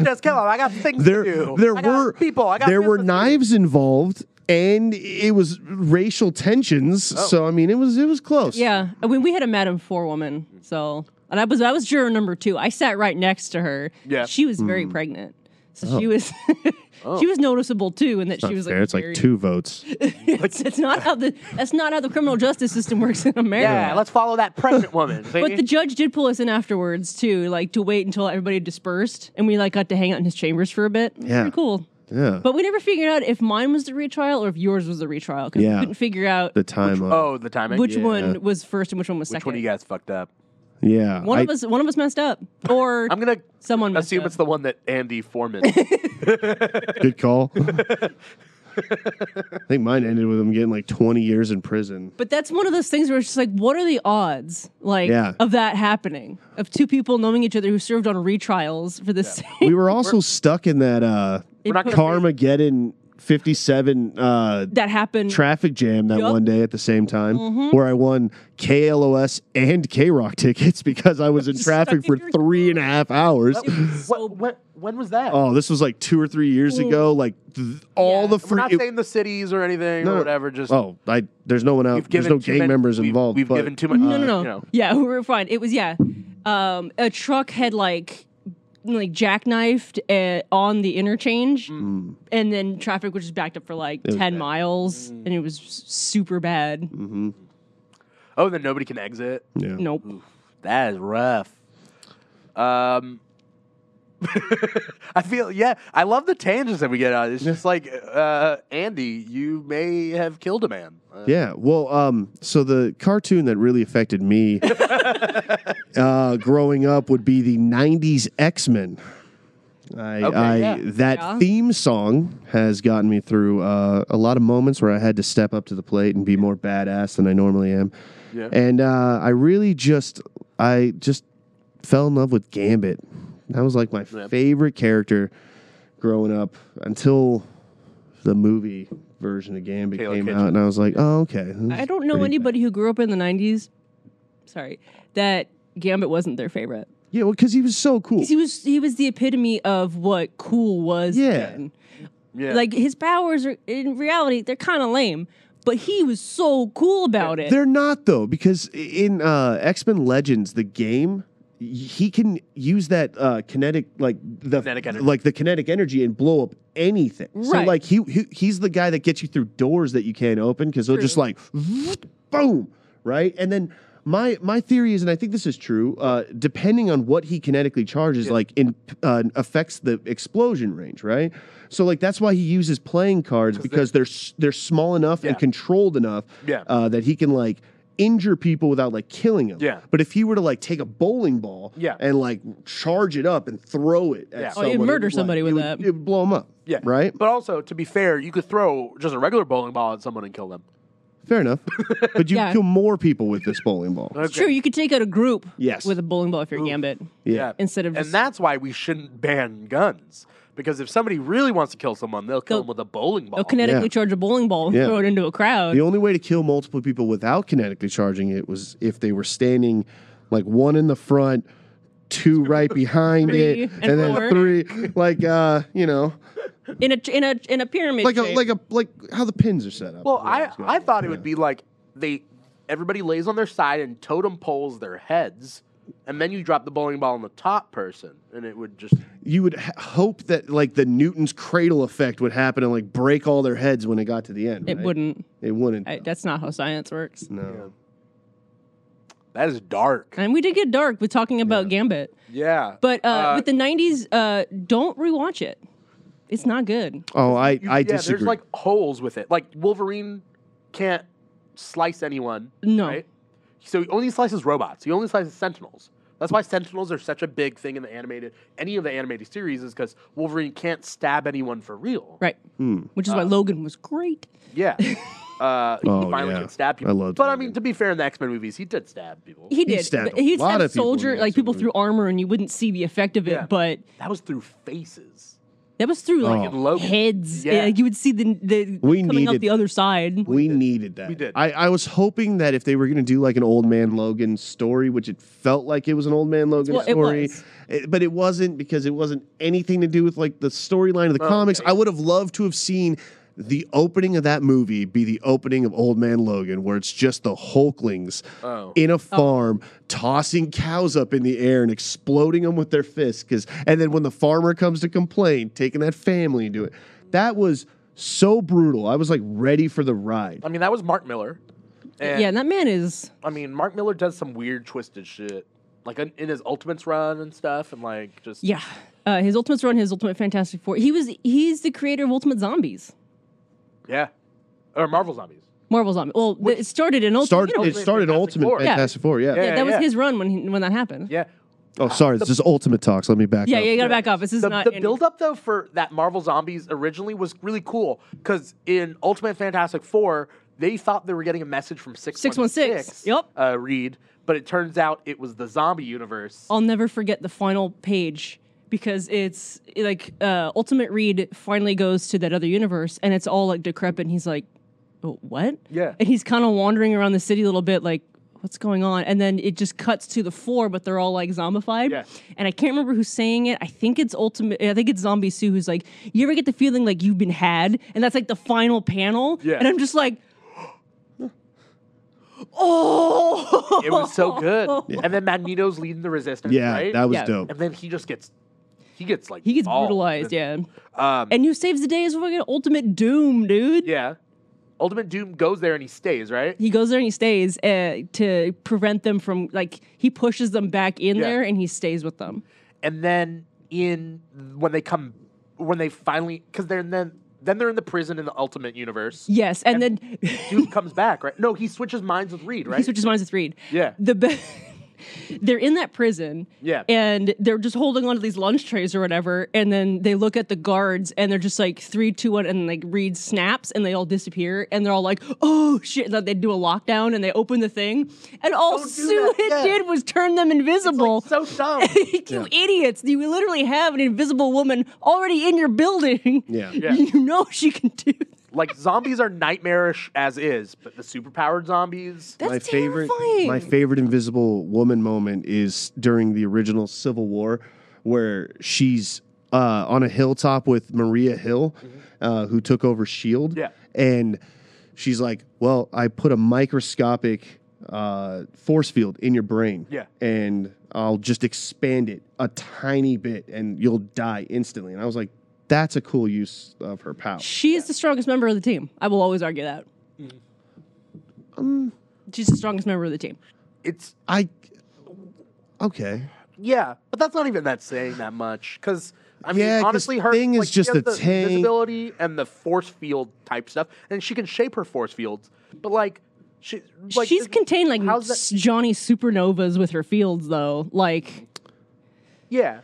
C: just kill him. I got things
B: there
C: to do.
B: there
C: I got
B: were
C: people. I got
B: there were
C: business to do."
B: knives involved and it was racial
C: Oh.
B: tensions so i mean it was it was close
A: yeah, I mean, we had a Madame Four woman, so and I was I was juror number two. I sat right next to her.
C: Yeah.
A: she was
B: Hmm.
A: very pregnant, so she was she was noticeable too, in that
B: Not
A: she was
B: fair.
A: like
B: Oh. it's like
A: very-
B: two votes
A: it's, it's not how the that's not how the criminal justice system works in America.
C: Yeah, let's follow that pregnant woman. see?
A: But the judge did pull us in afterwards too, like to wait until everybody dispersed, and we like got to hang out in his chambers for a bit. It was
B: Yeah.
A: pretty cool.
B: yeah
A: But we never figured out if mine was the retrial or if yours was the retrial because
B: Yeah.
A: we couldn't figure out
B: the time uh,
C: oh, the timing.
A: which
C: yeah.
A: one was first and which one was
C: Which
A: second.
C: one of you guys fucked up?
B: yeah
A: One
B: I-
A: of us, one of us messed up, or
C: I'm gonna
A: someone messed
C: assume
A: up.
C: it's the one that Andy Foreman.
B: good call I think mine ended with him getting like 20 years in prison.
A: But that's one of those things where it's just like, what are the odds, like,
B: Yeah.
A: of that happening? Of two people knowing each other who served on retrials for this.
B: We were also stuck in that uh,
A: We're not gonna-
B: Carmageddon 57 uh,
A: that happened.
B: traffic jam that
A: Yup. Mm-hmm.
B: one day at the same time where I won KLOS and K Rock tickets because I was in traffic for three and a half hours.
A: so-
C: when, when was that?
B: Oh, this was like two or three years ago. Like th- all
A: Yeah.
B: the
C: We're
B: free.
C: not
B: it-
C: saying the cities or anything
B: No,
C: or
B: no.
C: whatever. Just
B: oh, I there's no one out.
C: we've
B: There's
C: given
B: no
C: too
B: gang
C: many-
B: members
C: we've-
B: involved.
C: We've
B: but
C: given too much.
A: no, no, no.
C: uh, you know.
A: Yeah, we were fine. It was yeah, um, a truck had like like jackknifed uh, on the interchange,
C: Mm.
A: and then traffic was just backed up for like
B: Mm. was
A: ten
B: bad. Mm.
A: miles,
C: Mm.
A: and it was super bad.
C: Oh, then nobody can exit.
B: yeah.
A: Nope.
C: Mm. That is rough. Um, I feel yeah. I love the tangents that we get on. It's just like uh, Andy, you may have killed a man. Uh,
B: Yeah. Well, um, so the cartoon that really affected me uh, growing up would be the '90s X-Men. I,
C: Okay,
B: I
C: yeah.
B: that
A: Yeah.
B: theme song has gotten me through uh, a lot of moments where I had to step up to the plate and be more badass than I normally am.
C: Yeah.
B: And uh, I really just, I just fell in love with Gambit. That was like my
C: Yeah.
B: favorite character growing up until the movie version of Gambit
C: Taylor
B: came
C: Kitchen.
B: out, and I was like, oh, okay. this
A: I
B: is
A: don't know
B: pretty bad."
A: anybody who grew up in the '90s. Sorry, that Gambit wasn't their favorite.
B: Yeah, well, because he was so cool.
A: 'Cause He was he was the epitome of what cool was.
B: Yeah.
A: then.
C: yeah.
A: like his powers are in reality they're kind of lame, but he was so cool about it.
B: They're not though, because in uh, X Men Legends, the game, y- he can use that uh, kinetic, like the
C: Kinetic energy.
B: like the kinetic energy, and blow up anything. So
A: Right.
B: like he, he he's the guy that gets you through doors that you can't open because they'll just like boom, right? And then. My my theory is, and I think this is true. Uh, depending on what he kinetically charges, like in uh, affects the explosion range, right? So like that's why he uses playing cards because they're s- they're small enough
C: Yeah.
B: and controlled enough
C: Yeah.
B: uh, that he can like injure people without like killing them.
C: Yeah.
B: But if he were to like take a bowling ball
C: Yeah.
B: and like charge it up and throw it at
C: Yeah. Oh,
A: you'd
B: someone,
A: murder
B: it would,
A: somebody
B: it
A: with
B: would-
A: that.
B: It would blow him up.
C: yeah.
B: Right.
C: But also, to be fair, you could throw just a regular bowling ball at someone and kill them.
B: Fair enough. but you
A: Yeah.
B: kill more people with this bowling ball.
A: It's true. You could take out a group
B: Yes.
A: with a bowling ball if you're Gambit.
B: Yeah.
A: Instead of
C: and
A: just-
C: that's why we shouldn't ban guns because if somebody really wants to kill someone, they'll kill
A: They'll-
C: them with a bowling ball.
A: They'll kinetically
B: Yeah.
A: charge a bowling ball and
B: Yeah.
A: throw it into a crowd.
B: The only way to kill multiple people without kinetically charging it was if they were standing like one in the front, two right behind
A: Three
B: it,
A: and
B: and then
A: four.
B: three like uh, you know,
A: in a in a in a pyramid.
B: like a
A: shape.
B: like a like how the pins are set up.
C: Well,
B: is what
C: I
B: was going
C: I
B: for.
C: thought it would be like they everybody lays on their side and totem poles their heads, and then you drop the bowling ball on the top person, and it would just
B: you would h- hope that like the Newton's cradle effect would happen and like break all their heads when it got to the end.
A: it
B: right?
A: wouldn't.
B: It wouldn't.
A: I, that's not how science works.
B: no.
C: that is dark.
A: And we did get dark with talking about Gambit,
C: Yeah,
A: but uh,
C: Uh,
A: with the '90s, uh, don't rewatch it. It's not good.
B: Oh, I
C: you-
B: I
C: yeah,
B: disagree.
C: There's like holes with it. Like Wolverine can't slice anyone.
A: No.
C: Right? So he only slices robots. He only slices Sentinels. That's why Sentinels are such a big thing in the animated any of the animated series is because Wolverine can't stab anyone for real.
A: Right.
B: Hmm.
A: Which
C: Uh.
A: is why Logan was great.
C: Yeah. Uh,
B: Oh,
C: he finally
B: yeah.
C: can stab people.
B: I loved
C: but I
B: Logan.
C: mean, to be fair, in the X Men movies, he did stab people.
A: He did.
B: stabbed
A: But
B: a
A: He'd
B: lot
A: stab
B: of people in
A: soldier
B: the
A: like people
B: X-Men
A: through armor, and you wouldn't see the effect of it.
C: Yeah.
A: But
C: that was through faces.
A: that was through like
B: Oh.
C: Logan.
A: heads.
C: Yeah.
A: Like, you would see the the
B: We
A: coming out
B: needed
A: the
B: that.
A: other side.
B: we needed that.
C: We did.
B: I, I was hoping that if they were going to do like an old man Logan story, which it felt like it was an old man Logan
A: Well, it
B: story,
A: was.
B: it- Eh, but it wasn't because it wasn't anything to do with like the storyline
C: Oh,
B: of the comics. I would have loved to have seen the opening of that movie be the opening of Old Man Logan, where it's just the Hulklings
C: Oh.
B: in a farm tossing cows up in the air and exploding them with their fists. 'cause- and then when the farmer comes to complain, taking that family and do it. That was so brutal. I was like ready for the ride.
C: I mean, that was Mark Miller. And,
A: yeah, and that man is
C: I mean, Mark Miller does some weird, twisted shit, like in, in his Ultimates run and stuff, and like just
A: Yeah. Uh, his Ultimates run, his Ultimate Fantastic Four. He was he's the creator of Ultimate Zombies.
C: yeah. or Marvel Zombies.
A: Marvel Zombies. Well, th- it started in Ultimate.
B: Started,
A: you know,
B: it started
C: Fantastic
B: Ultimate
C: Four.
B: Fantastic Four, yeah.
A: yeah, that was
C: yeah.
A: his run when he, when that happened.
C: Yeah,
B: Oh, sorry. This is Ultimate Talks. Let me back
A: Yeah,
B: up.
A: yeah, you gotta back up. This is
C: the,
A: not
C: the
A: any-
C: build up though for that Marvel Zombies originally was really cool because in Ultimate Fantastic Four they thought they were getting a message from six
A: 616, yep.
C: uh, Reed, but it turns out it was the zombie universe.
A: I'll never forget the final page because it's like uh, Ultimate Reed finally goes to that other universe and it's all like decrepit. And he's like, oh, "What?"
C: Yeah.
A: And he's kind of wandering around the city a little bit, like, "What's going on?" And then it just cuts to the four, but they're all like zombified.
C: Yeah.
A: And I can't remember who's saying it. I think it's Ultimate. I think it's Zombie Sue who's like, "You ever get the feeling like you've been had?" And that's like the final panel.
C: Yeah.
A: And I'm just like. Oh,
C: It was so good, and then Magneto's leading the resistance.
B: Yeah,
C: right?
B: that was
A: Yeah.
B: dope.
C: and then he just gets he gets like
A: He gets
C: mauled.
A: brutalized, yeah.
C: Um,
A: and who saves the day is fucking Ultimate Doom, dude.
C: yeah. Ultimate Doom goes there and he stays right.
A: He goes there and he stays uh, to prevent them from like he pushes them back in
C: Yeah.
A: there and he stays with them.
C: and then in when they come when they finally because they're then then they're in the prison in the ultimate universe
A: Yes, and,
C: And-
A: then
C: dude comes back right no he switches minds with reed right
A: he switches minds with Reed.
C: Yeah.
A: the be- they're in that prison.
C: Yeah.
A: and they're just holding onto these lunch trays or whatever, and then they look at the guards and they're just like three, two, one, and like Reed snaps and they all disappear and they're all like, oh shit! And then they do a lockdown and they open the thing, and all
C: Don't do
A: Sue
C: that,
A: it
C: yeah.
A: did was turn them invisible.
C: like, so dumb
A: you idiots! You literally have an invisible woman already in your building.
B: Yeah.
C: Yeah.
A: you know she can do. That.
C: like zombies are nightmarish as is but the superpowered zombies
A: That's
B: my favorite,
A: terrifying.
B: my favorite Invisible Woman moment is during the original Civil War, where she's uh, on a hilltop with Maria Hill, uh, who took over Shield.
C: Yeah.
B: and she's like, "Well, I put a microscopic uh, force field in your brain.
C: Yeah.
B: and I'll just expand it a tiny bit, and you'll die instantly." And I was like, "That's a cool use of her power."
A: She is the strongest member of the team. I will always argue that.
B: Mm. Um,
A: She's the strongest member of the team.
C: it's
B: I okay.
C: yeah but that's not even that saying that much because I mean,
B: Yeah, 'cause
C: honestly, her
B: Thing is
C: like, she
B: just
C: has
B: a
C: the
B: tank.
C: visibility and the force field type stuff, and she can shape her force fields. But like, she like
A: She's
C: it-
A: contained like
C: how's that-
A: s- Johnny Supernovas with her fields, though. Like,
C: Yeah.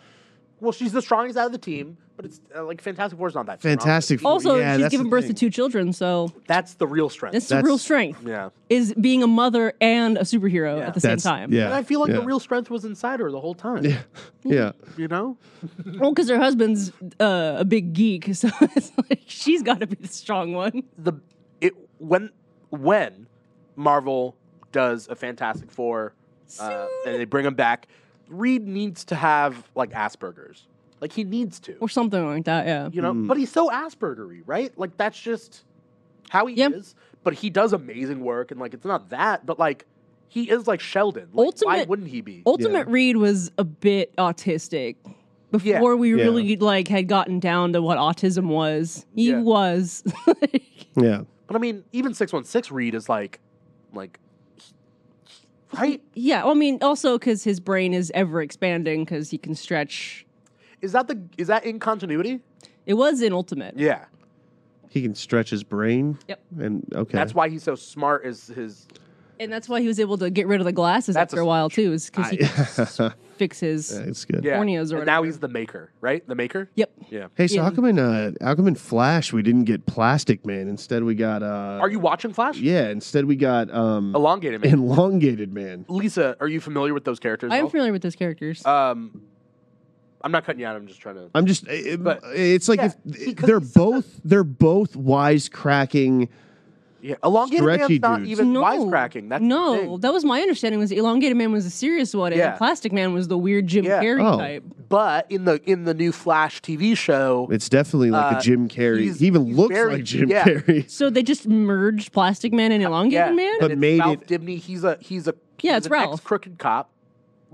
C: Well, she's the strongest out of the team, but it's uh, like Fantastic Four's not that strong.
B: Fantastic. Four.
A: also,
B: Yeah,
A: she's
B: that's the
A: given birth to
B: thing.
A: two children, so
C: That's the real strength.
A: it's the
B: That's-
A: real strength.
C: yeah.
A: Is being a mother and a superhero
C: Yeah.
A: at the
B: That's-
A: same time.
B: Yeah.
C: And I feel like
B: yeah.
C: the real strength was inside her the whole time.
B: Yeah.
C: You know?
A: Well, because her husband's uh, a big geek, so it's like she's got to be the strong one.
C: The it when when Marvel does a Fantastic Four uh, and they bring him back, Reed needs to have like Asperger's. Like he needs to.
A: Or something like that, yeah.
C: You know,
B: Mm.
C: but he's so Aspergery, right? Like that's just how he
A: Yep.
C: is. But he does amazing work and like it's not that, but like he is like Sheldon. Like, why
A: Ultimate-
C: wouldn't he be?
A: Ultimate Reed was a bit autistic before we
B: Yeah.
A: really like had gotten down to what autism was. He
C: Yeah.
A: was
B: Yeah.
C: But I mean, even six one six read is like, like, right?
A: Yeah, well, I mean also cuz his brain is ever expanding cuz he can stretch.
C: Is that the is that in continuity?
A: It was in Ultimate.
C: Yeah,
B: He can stretch his brain.
A: Yep.
B: And okay.
C: that's why he's so smart. Is his
A: And that's why he was able to get rid of the glasses
C: That's
A: after
C: a-
A: a while too is cuz he could s- fix his
B: it's good.
C: yeah?
A: Corneas or
C: and now
A: whatever.
C: he's the maker, right? The maker.
A: Yep.
C: Yeah.
B: Hey, so
A: Yeah.
B: how come in uh, how come in Flash we didn't get Plastic Man? Instead, we got uh.
C: Are you watching Flash?
B: Yeah. Instead, we got um.
C: Elongated man.
B: Elongated Man.
C: Lisa, are you familiar with those characters?
A: I
C: at
A: am
C: all?
A: familiar with those characters.
C: Um, I'm not cutting you out. I'm just trying to.
B: I'm just. It,
C: But-
B: it's like
C: yeah,
B: if eh,
C: because
B: they're
C: he's such a-
B: both they're both wisecracking.
C: Yeah, elongated
B: Stretchy
C: man's not
B: dudes.
C: even wisecracking. That's the
A: no,
C: thing.
A: that was my understanding. Was Elongated Man was a serious one, and
C: Yeah.
A: Plastic Man was the weird Jim
C: Yeah.
A: Carrey
B: Oh.
A: type.
C: But in the in the new Flash TV show,
B: It's definitely like
C: Uh,
B: a Jim Carrey.
C: he's-
B: He even
C: he's
B: looks
C: very-
B: like Jim
C: yeah.
B: Carrey.
A: So they just merged Plastic Man and Elongated
C: yeah,
A: Man.
C: and
B: But
C: it's
B: made
C: Ralph
B: it-
C: Dibny. He's a he's a
A: Yeah,
C: he's
A: it's
C: an
A: Ralph.
C: crooked cop,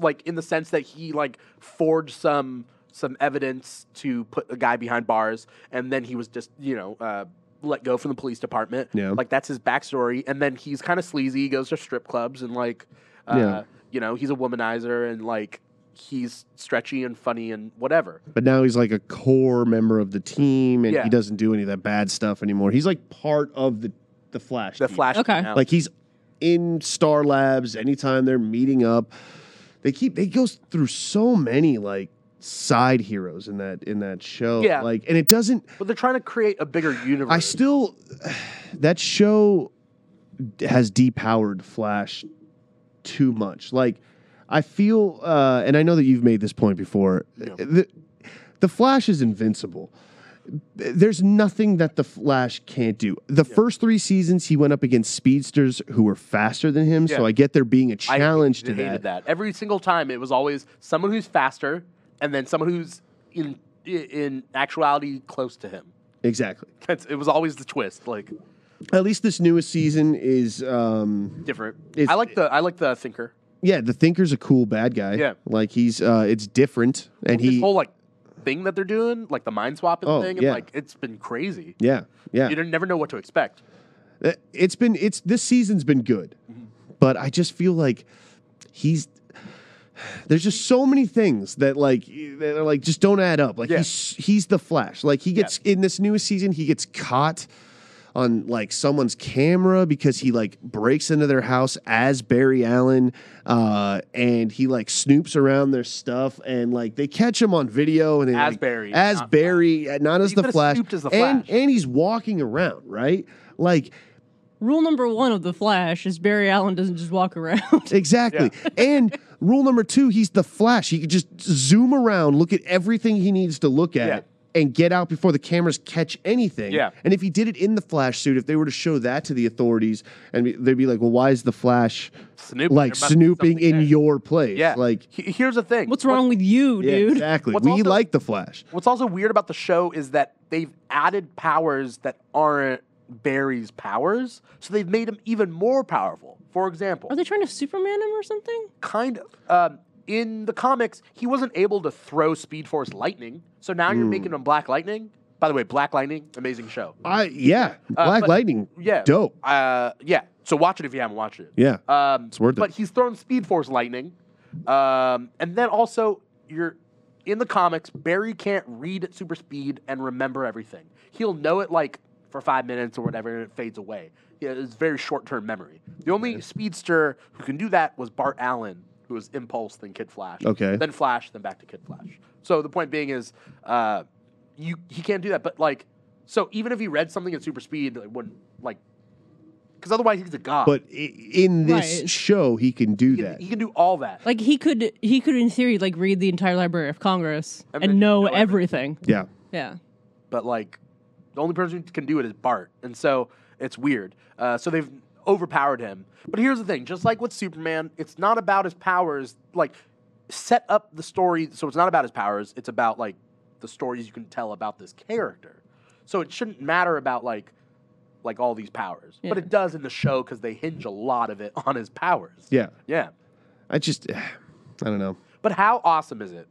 C: like in the sense that he like forged some some evidence to put a guy behind bars, and then he was just you know uh, let go from the police department.
B: Yeah.
C: like that's his backstory, and then he's kind of sleazy. He goes to strip clubs and like, uh,
B: Yeah.
C: you know, he's a womanizer and like he's stretchy and funny and whatever.
B: But now he's like a core member of the team, and
C: Yeah.
B: he doesn't do any of that bad stuff anymore. He's like part of the the Flash.
C: The
B: team.
C: Flash,
A: Okay.
C: now.
B: Like he's in Star Labs anytime they're meeting up. they keep they go through so many like side heroes in that in that show.
C: Yeah.
B: Like and it doesn't
C: But they're trying to create a bigger universe.
B: I still that show has depowered Flash too much. Like I feel uh and I know that you've made this point before. uh,
C: Yeah.
B: The, the Flash is invincible. There's nothing that the Flash can't do. The first 3 seasons he went up against speedsters who were faster than him, so
C: Yeah.
B: I get there being a
C: I
B: challenge to
C: hated
B: that.
C: that. Every single time, it was always someone who's faster, and then someone who's in in actuality close to him.
B: Exactly.
C: That's it was always the twist, like
B: At least this newest season is um
C: different.
B: It's-
C: I like the I like the thinker.
B: yeah, the Thinker's a cool bad guy.
C: Yeah.
B: Like he's uh it's different and
C: His
B: he
C: whole like thing that they're doing, like the mind swapping
B: Oh,
C: thing,
B: yeah.
C: and like it's been crazy.
B: Yeah, yeah.
C: You don't never know what to expect.
B: Uh, It's been it's this season's been good, but I just feel like he's there's just so many things that like that are like just don't add up. Like
C: Yeah.
B: he's he's the Flash. Like he gets in this newest season, he gets caught on like someone's camera because he like breaks into their house as Barry Allen uh and he like snoops around their stuff and like they catch him on video and they,
C: As
B: like,
C: Barry,
B: as
C: not
B: Barry uh, not as
C: He
B: the
C: could've
B: Flash
C: snooped as the
B: and
C: Flash.
B: and he's walking around right like
A: Rule number one of the Flash is Barry Allen doesn't just walk around.
B: Exactly. and rule number two, he's the Flash. He can just zoom around, look at everything he needs to look at,
C: Yeah.
B: and get out before the cameras catch anything.
C: Yeah.
B: And if he did it in the Flash suit, if they were to show that to the authorities, and be- they'd be like, "Well, why is the Flash
C: Snooping,
B: like
C: there must be
B: snooping
C: something
B: in
C: there.
B: your place?"
C: Yeah,
B: Like,
C: He- here's the thing.
A: What's wrong with you,
B: yeah,
A: dude?
B: exactly.
C: What's
B: we
C: also-
B: like the Flash.
C: What's also weird about the show is that they've added powers that aren't Barry's powers, so they've made him even more powerful. For example,
A: Are they trying to Superman him or something?
C: kind of um, in the comics, he wasn't able to throw Speed Force lightning, so now you're making him Black Lightning. By the way, Black Lightning, amazing show.
B: I yeah, Black
C: Uh, but-
B: Lightning.
C: Yeah,
B: dope.
C: Uh, yeah. So watch it if you haven't watched it.
B: Yeah.
C: Um,
B: It's worth
C: but
B: it.
C: he's thrown Speed Force lightning, um, and then also you're in the comics. Barry can't read at super speed and remember everything. He'll know it like for five minutes or whatever, and it fades away. Yeah, it's very short term memory. The only speedster who can do that was Bart Allen, who was Impulse, then Kid Flash.
B: Okay.
C: Then Flash, then back to Kid Flash. So the point being is, uh, you he can't do that. But like, so even if he read something at super speed, it wouldn't like, because otherwise he's a god.
B: But i- in this
A: Right.
B: show, he can do
C: he can,
B: that.
C: he can do all that.
A: Like he could, he could in theory like read the entire Library of Congress
C: And
A: and,
C: then
A: know,
C: know
A: everything.
B: yeah.
A: Yeah.
C: but like the only person who can do it is Bart, and so it's weird. Uh, so they've overpowered him. But here's the thing: just like with Superman, it's not about his powers. Like set up the story, so it's not about his powers. It's about like the stories you can tell about this character. So it shouldn't matter about like like all these powers, but
A: Yeah.
C: it does in the show because they hinge a lot of it on his powers.
B: Yeah.
C: yeah.
B: I just I don't know.
C: But how awesome is it?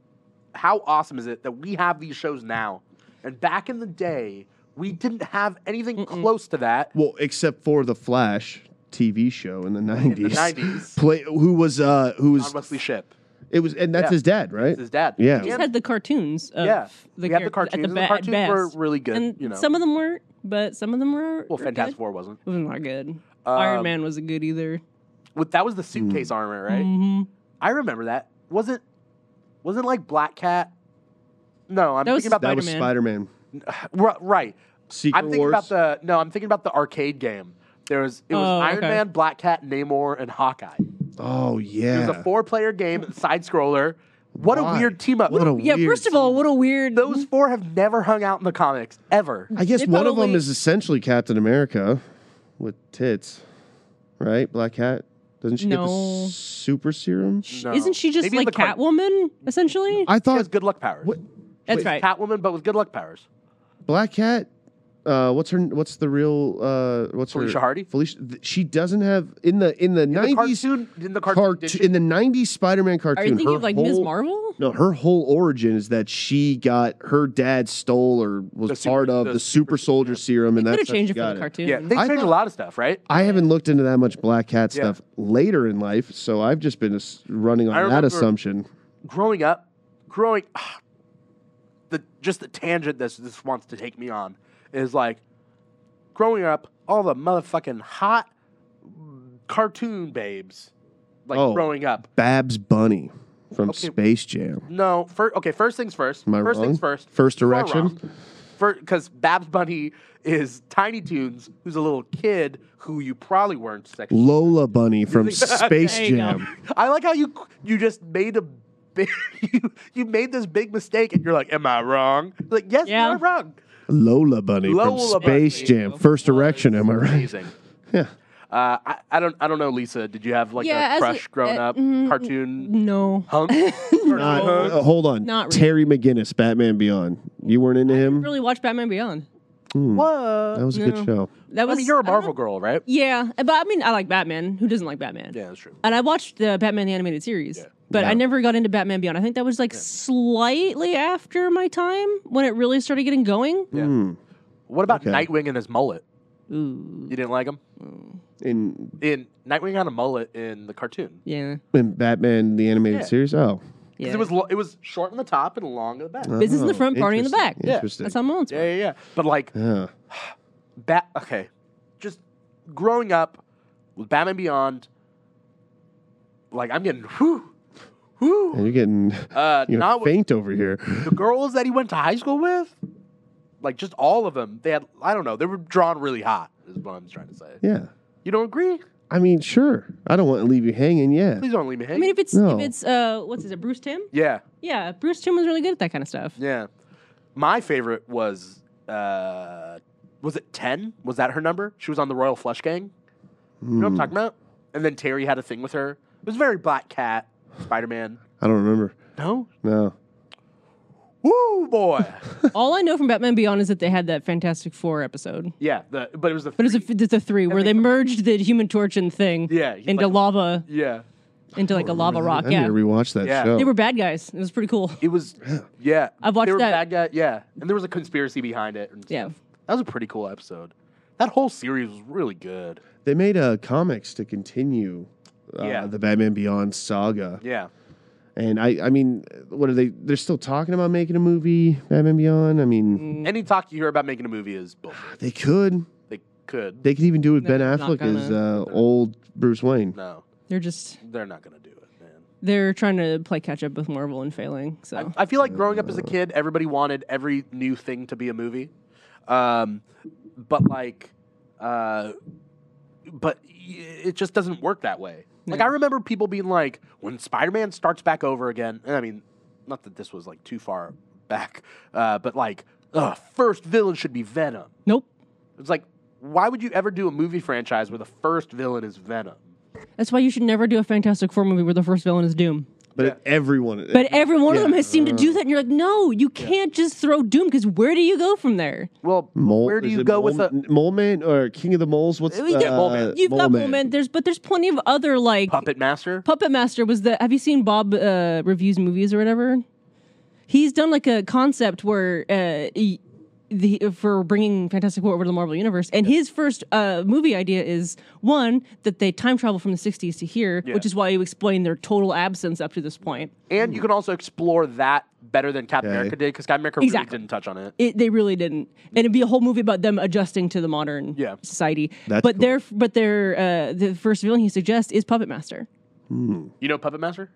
C: How awesome is it that we have these shows now? And back in the day, we didn't have anything close to that.
B: Well, except for the Flash TV show in the nineties.
C: 90s.
B: Play who was uh who
C: John
B: was
C: Wesley Ship,
B: it was and that's
C: Yeah.
B: his dad, right?
C: it's his dad.
B: Yeah.
A: We just
C: And-
A: had the cartoons. Of
C: yeah.
A: The
C: we had the
A: characters
C: cartoons.
A: At the, ba-
C: and the
A: at
C: cartoons were
A: best.
C: really good.
A: and
C: you know,
A: some of them weren't, but some of them were.
C: well,
A: were
C: Fantastic
A: good.
C: Four wasn't.
A: It was not good.
C: Um,
A: Iron Man wasn't good either.
C: With, that was the suitcase
B: Mm.
C: armor, right?
A: Mhm.
C: I remember that. Wasn't wasn't like Black Cat? No, I'm
A: That was
C: thinking about
B: that was Spider
A: Spider-Man.
B: Man.
C: Ri- right.
B: Secret
C: I'm thinking
B: Wars.
C: about the no. I'm thinking about the arcade game. There was it was
A: Oh,
C: Iron
A: okay.
C: Man, Black Cat, Namor, and Hawkeye.
B: oh
C: It was
B: yeah.
C: a four-player game, side scroller. What
B: Why?
C: a weird team up!
B: What a
A: Yeah.
B: weird
A: First of all, what a weird.
C: Those four have never hung out in the comics ever.
B: I guess
A: they
B: one of them
A: probably-
B: is essentially Captain America with tits, right? Black Cat. Doesn't she get the
A: No.
B: s- super serum?
C: No.
A: Isn't she just
C: Maybe in
A: like
C: the cart-
A: Catwoman essentially?
B: I
C: She
B: thought
C: has good luck powers.
B: What?
A: That's
C: She's
A: right.
C: Catwoman, but with good luck powers.
B: Black Cat. Uh, what's her? What's the real? Uh, what's
C: Felicia
B: her?
C: Hardy?
B: Felicia. th- She doesn't have in the in the
C: In the
B: nineties
C: cartoon, in the cartoon,
B: cartoon
C: did she-
B: in the nineties Spider-Man cartoon.
A: Are you
B: her
A: thinking of like Ms.
B: whole-
A: Marvel?
B: No, her whole origin is that she got her dad stole or
C: The
B: was
C: super-
B: part of
C: the
B: the, super soldier serum, and
A: Could have
B: that's how
A: changed
B: she
A: it for
B: got
A: the
B: it.
A: cartoon.
C: yeah, they
B: I
C: changed a
B: thought-
C: lot of stuff, right?
B: I haven't looked into that much Black Cat
C: Yeah.
B: stuff later in life, so I've just been as- running on
C: I
B: that
C: remember-
B: assumption.
C: growing up, growing, ah, the just the tangent this this wants to take me on is like growing up, all the motherfucking hot cartoon babes like
B: Oh.
C: growing up.
B: Babs Bunny from
C: Okay.
B: Space Jam.
C: No, fir- okay. First things first.
B: Am I
C: first
B: wrong?
C: things first.
B: First
C: You are
B: direction?
C: wrong. Fir- Because Babs Bunny is Tiny Toons, who's a little kid who you probably weren't sexually.
B: Lola Bunny from Space
A: There you go.
B: Jam.
C: I like how you you just made a big, you, you made this big mistake and you're like, am I wrong? Like, yes,
A: Yeah.
C: you are wrong.
B: Lola Bunny
C: Lola
B: from Space
C: Bunny
B: Jam. First direction, am I right?
C: Amazing.
B: Yeah.
C: Uh, I, I don't I don't know, Lisa. Did you have like
A: Yeah, as
C: a
A: a-
C: crush growing
A: uh,
C: up?
A: mm,
C: cartoon
A: No.
C: hunk?
B: Not-
C: Cartoon hunk?
B: uh, hold on.
A: Not really.
B: Terry McGinnis, Batman Beyond. You weren't into him?
A: Really watch Batman Beyond.
B: That
C: What?
B: was a
A: No.
B: good show.
A: That
C: I
A: was
C: mean, you're a
A: I don't
C: Marvel
A: know.
C: girl, right?
A: Yeah, uh, but I mean, I like Batman. Who doesn't like Batman?
C: Yeah, that's true.
A: And I watched the Batman the animated series, but I
B: Yeah.
A: never got into Batman Beyond. I think that was like slightly after my time when it really started getting going.
C: Yeah.
B: Hmm.
C: What about
B: Okay.
C: Nightwing and his mullet?
A: Ooh,
C: You didn't like him?
B: In
C: In Nightwing had a mullet in the cartoon.
A: yeah,
B: in Batman the animated
C: Yeah.
B: series. Oh.
C: 'Cause
A: yeah.
C: It was lo- it was short on the top and long on the back.
A: Business in the
B: Oh,
A: front, party in the back.
B: interesting,
C: Yeah.
B: Interesting.
A: That's how Mullins.
C: Yeah, yeah, yeah. But like
B: Yeah.
C: Bat okay. Just growing up with Batman Beyond, like I'm getting whew,
B: And
C: whew.
B: you're getting
C: Uh,
B: you're
C: not with
B: faint over here.
C: the girls that he went to high school with, like just all of them. They had I don't know. They were drawn really hot. Is what I'm trying to say.
B: Yeah.
C: You don't agree?
B: I mean, sure. I don't want to leave you hanging. Yeah.
C: Please don't leave me
A: I
C: hanging.
A: mean, if it's
B: No.
A: if it's uh, what's it, Bruce Tim?
C: yeah,
A: Yeah, Bruce Tim was really good at that kind of stuff.
C: yeah. My favorite was uh, was it ten? Was that her number? She was on the Royal Flush Gang. You know what I'm talking about? And then Terry had a thing with her. It was very Black Cat, Spider Man.
B: I don't remember.
C: No.
B: No.
C: Woo boy.
A: All I know from Batman Beyond is that they had that Fantastic Four episode.
C: yeah, the but it was the
A: But it's a, it's a three where they merged the Human Torch and Thing
C: Yeah, he's
A: into
C: like-
A: lava
C: yeah.
A: into like a lava rock.
B: Oh, I need
A: Yeah,
B: to rewatch that
C: Yeah.
B: show.
A: they were bad guys. It was pretty cool.
C: It was yeah.
A: I've watched
C: they were
A: that.
C: Bad guy, yeah, and there was a conspiracy behind it. And
A: Yeah.
C: stuff. that was a pretty cool episode. That whole series was really good.
B: They made uh, comics to continue uh,
C: Yeah.
B: the Batman Beyond saga.
C: Yeah,
B: And I, I mean, what are they? They're still talking about making a movie, Batman Beyond. I
A: Mm.
B: mean,
C: any talk you hear about making a movie is bullshit.
B: they could.
C: They could.
B: They could even do with
A: No,
B: Ben
A: not
B: Affleck as uh,
C: gonna.
B: old Bruce Wayne.
C: no,
A: They're just
C: they're not gonna do it, man.
A: they're trying to play catch up with Marvel and failing. So
C: I feel like growing up as a kid, everybody wanted every new thing to be a movie. Um, but like, uh, but y- it just doesn't work that way. Like I remember people being like, when Spider-Man starts back over again, and I mean, not that this was like too far back, uh, but like, uh, first villain should be Venom.
A: nope.
C: It's like, why would you ever do a movie franchise where the first villain is Venom?
A: That's why you should never do a Fantastic Four movie where the first villain is Doom.
B: But
C: Yeah.
B: everyone.
A: But every one of
B: Yeah.
A: them has seemed to do that, and you're like, no, you can't just throw Doom because where do you go from there?
C: Well,
B: Mole,
C: where do
B: is
C: you
B: it
C: go
B: Mole,
C: with a
B: N- Mole Man or King of the Moles? What's
A: We get-
B: uh,
C: Mole Man.
A: You've got Mole Man. There's but there's plenty of other like
C: puppet master?
A: Puppet Master was the. Have you seen Bob uh, reviews movies or whatever? He's done like a concept where uh, he- the for bringing Fantastic Four over to the Marvel Universe, and his first uh, movie idea is one that they time travel from the '60s to here,
C: Yeah.
A: which is why you explain their total absence up to this point.
C: And you can also explore that better than Captain
B: Okay.
C: America did because Captain America
A: Exactly.
C: really didn't touch on it.
A: It, they really didn't, and it'd be a whole movie about them adjusting to the modern
C: Yeah.
A: society.
B: That's
A: but
B: cool.
A: their but their uh, the first villain he suggests is Puppet Master.
C: You know Puppet Master?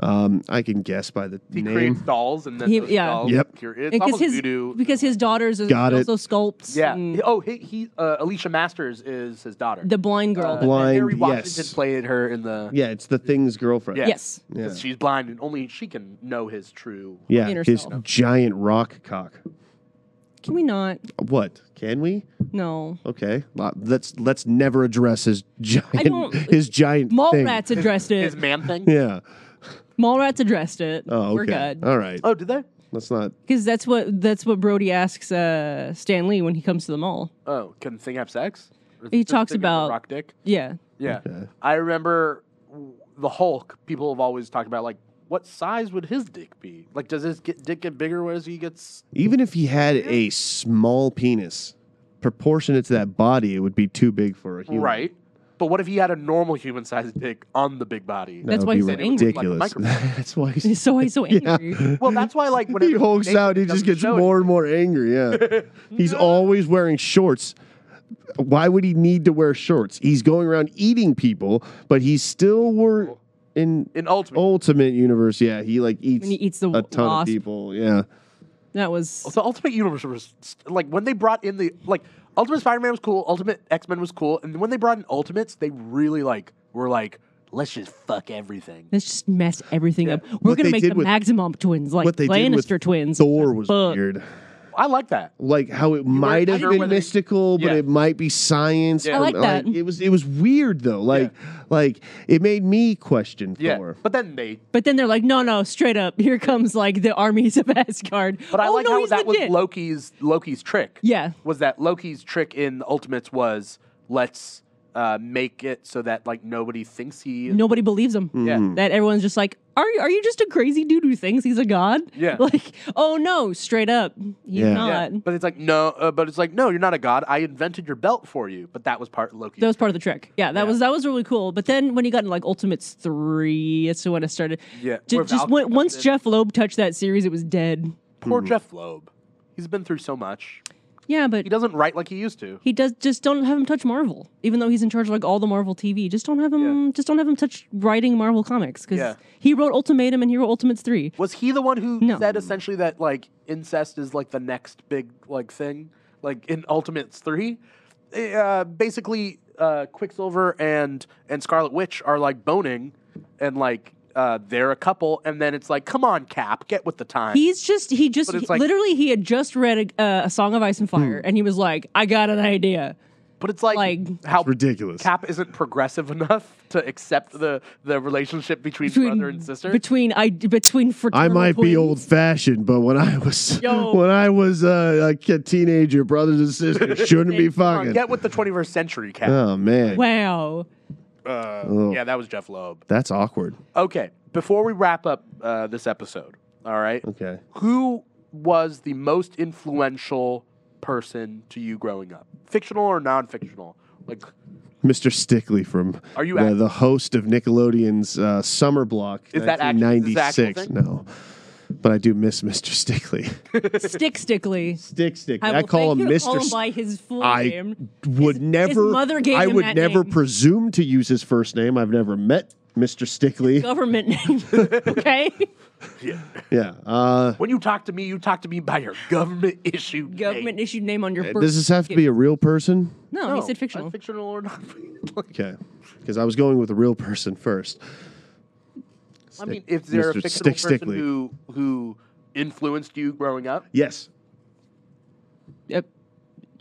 B: Um, I can guess by the
C: He creates
B: name.
C: dolls and then
A: He-
C: those
A: yeah.
C: dolls
B: Yep.
C: cure- It's almost
A: his
C: voodoo.
A: because his daughters is
B: Got it.
A: also sculpts.
C: yeah.
A: and-
C: Oh, he, he uh, Alicia Masters is his daughter.
A: The blind girl.
C: Uh,
A: that-
B: Blind,
C: Harry Washington
B: yes.
C: played her in the
B: Yeah, it's the Thing's girlfriend.
C: Yeah.
A: yes.
B: Yeah.
C: 'cause she's blind and only she can know his true.
B: Yeah,
A: Inner
B: his
A: self.
B: giant rock cock.
A: Can we not?
B: What? Can we?
A: No.
B: Okay. Lo- Let's let's never address his giant
A: don't-
B: his giant thing.
A: Mallrats addressed
C: His
A: it.
C: man thing.
B: Yeah.
A: Mallrats addressed it.
B: Oh, okay.
A: We're good.
B: All right.
C: Oh, did they?
B: Let's not.
A: Because that's what that's what Brody asks uh, Stan Lee when he comes to the mall.
C: Oh, can the thing have sex? Or
A: He
C: does the
A: talks
C: thing have a
A: about-
C: rock dick.
A: Yeah.
C: Yeah.
B: Okay.
C: I remember w- the Hulk. People have always talked about like what size would his dick be? Like, does his get, dick get bigger as he gets?
B: Even if he had a small penis, proportionate to that body, it would be too big for a human.
C: Right. But what if he had a normal human sized dick on the big body?
B: That
A: That's
B: would
A: why
B: be
A: he's so angry.
B: ridiculous.
C: Like a microphone.
B: That's why he's,
A: He's so he's so angry.
C: Well, that's why, like, when
B: he hulks out. He just gets more and more angry. Yeah. he's always wearing shorts. why would he need to wear shorts? He's going around eating people, but he still were in
C: In Ultimate.
B: Ultimate Universe. Yeah, he like eats
A: When he eats the
B: a ton of
A: wasp.
B: people. Yeah,
A: That was
C: So Ultimate Universe was like when they brought in the like Ultimate Spider-Man was cool, Ultimate X-Men was cool, and when they brought in Ultimates, they really like were like, let's just fuck everything.
A: let's just mess everything up. We're
B: What
A: gonna
B: they
A: make
B: did
A: the
B: with-
A: Maximum twins like
B: what they did with
A: Lannister twins.
B: Thor was
A: Fuck.
B: weird.
C: I like that.
B: Like how it might have
C: sure
B: been
C: whether-
B: mystical, but
C: Yeah.
B: it might be science.
C: Yeah. I
B: or-
A: like that.
B: It was it was weird though. Like like it made me question
C: Yeah,
B: Thor.
C: but then they.
A: But then they're like, no, no, straight up, here comes like the armies of Asgard.
C: But I
A: oh,
C: like
A: no,
C: how
A: he's
C: that
A: legit.
C: was Loki's Loki's trick.
A: Yeah.
C: was that Loki's trick in Ultimates was let's uh, make it so that like nobody thinks he.
A: Nobody believes him.
C: Yeah.
A: That everyone's just like, are you, are you just a crazy dude who thinks he's a god?
C: Yeah.
A: Like, oh no, straight up, he's
B: Yeah.
A: not.
C: Yeah, but it's like no, uh, but it's like no, you're not a god. I invented your belt for you, but that was part Loki.
A: That was part of the trick. Yeah, that was that was really cool. But then when you got in like Ultimates three, that's when it started.
C: Yeah,
A: Ju-
C: where
A: just
C: Valkyrie
A: when, once
C: comes in.
A: Jeff Loeb touched that series, it was dead.
C: Poor Jeff Loeb, he's been through so much.
A: Yeah, but
C: He doesn't write like he used to.
A: he does just don't have him touch Marvel, even though he's in charge of like all the Marvel TV. Just don't have him. Just don't have him touch writing Marvel comics because
C: Yeah.
A: he wrote Ultimatum and he wrote Ultimates three.
C: Was he the one who
A: No.
C: said essentially that like incest is like the next big like thing, like in Ultimates three? Uh, basically, uh, Quicksilver and and Scarlet Witch are like boning, and like uh, they're a couple, and then it's like, come on, Cap, get with the time.
A: He's just he just
C: But
A: he-
C: it's like- Hmm.
A: literally he had just read a, uh, a Song of Ice and Fire and he was like, I got an idea.
C: but it's like,
A: like-
C: how
B: Ridiculous.
C: Cap isn't progressive enough to accept the the relationship between, brother and sister.
A: between I between fraternal
B: I might be
A: twins.
B: old fashioned, but when I was
A: Yo.
B: when I was uh, like a teenager, brothers and sisters shouldn't be
C: Come on,
B: fucking.
C: get with the 21st century, Cap.
B: Oh man,
A: Wow.
C: Uh,
B: Oh.
C: Yeah, that was Jeff Loeb.
B: that's awkward.
C: Okay, before we wrap up uh, this episode, all right,
B: Okay,
C: who was the most influential person to you growing up, fictional or non-fictional? Like,
B: Mr. Stickley from uh,
C: Are you
B: the,
C: act-
B: the host of Nickelodeon's uh, Summer Block?
C: Is that act- is that actual
B: 1996? No, but I do miss Mr. Stickley.
A: Stick Stickly.
B: Stick Stick.
A: I,
B: I,
A: will
B: call
A: thank you
B: him
A: to
B: Mr.
A: Call him
B: St-
A: by his full
B: I
A: name.
B: would never.
A: mother gave
B: I
A: him
B: would
A: that
B: never
A: name.
B: presume to use his first name. I've never met Mr. Stickley.
A: Government name. okay.
B: Yeah. Uh,
C: when you talk to me, you talk to me by your government issue.
A: Government issued name on your birth.
B: does this have to be a real person?
A: no, he said fictional.
C: Fictional or non-fictional? Like,
B: Okay, because I was going with a real person first.
C: I mean, if there
B: Mr.
C: a fictional
B: Stick
C: person
B: Stickley.
C: who who influenced you growing up,
B: Yes.
A: Yep.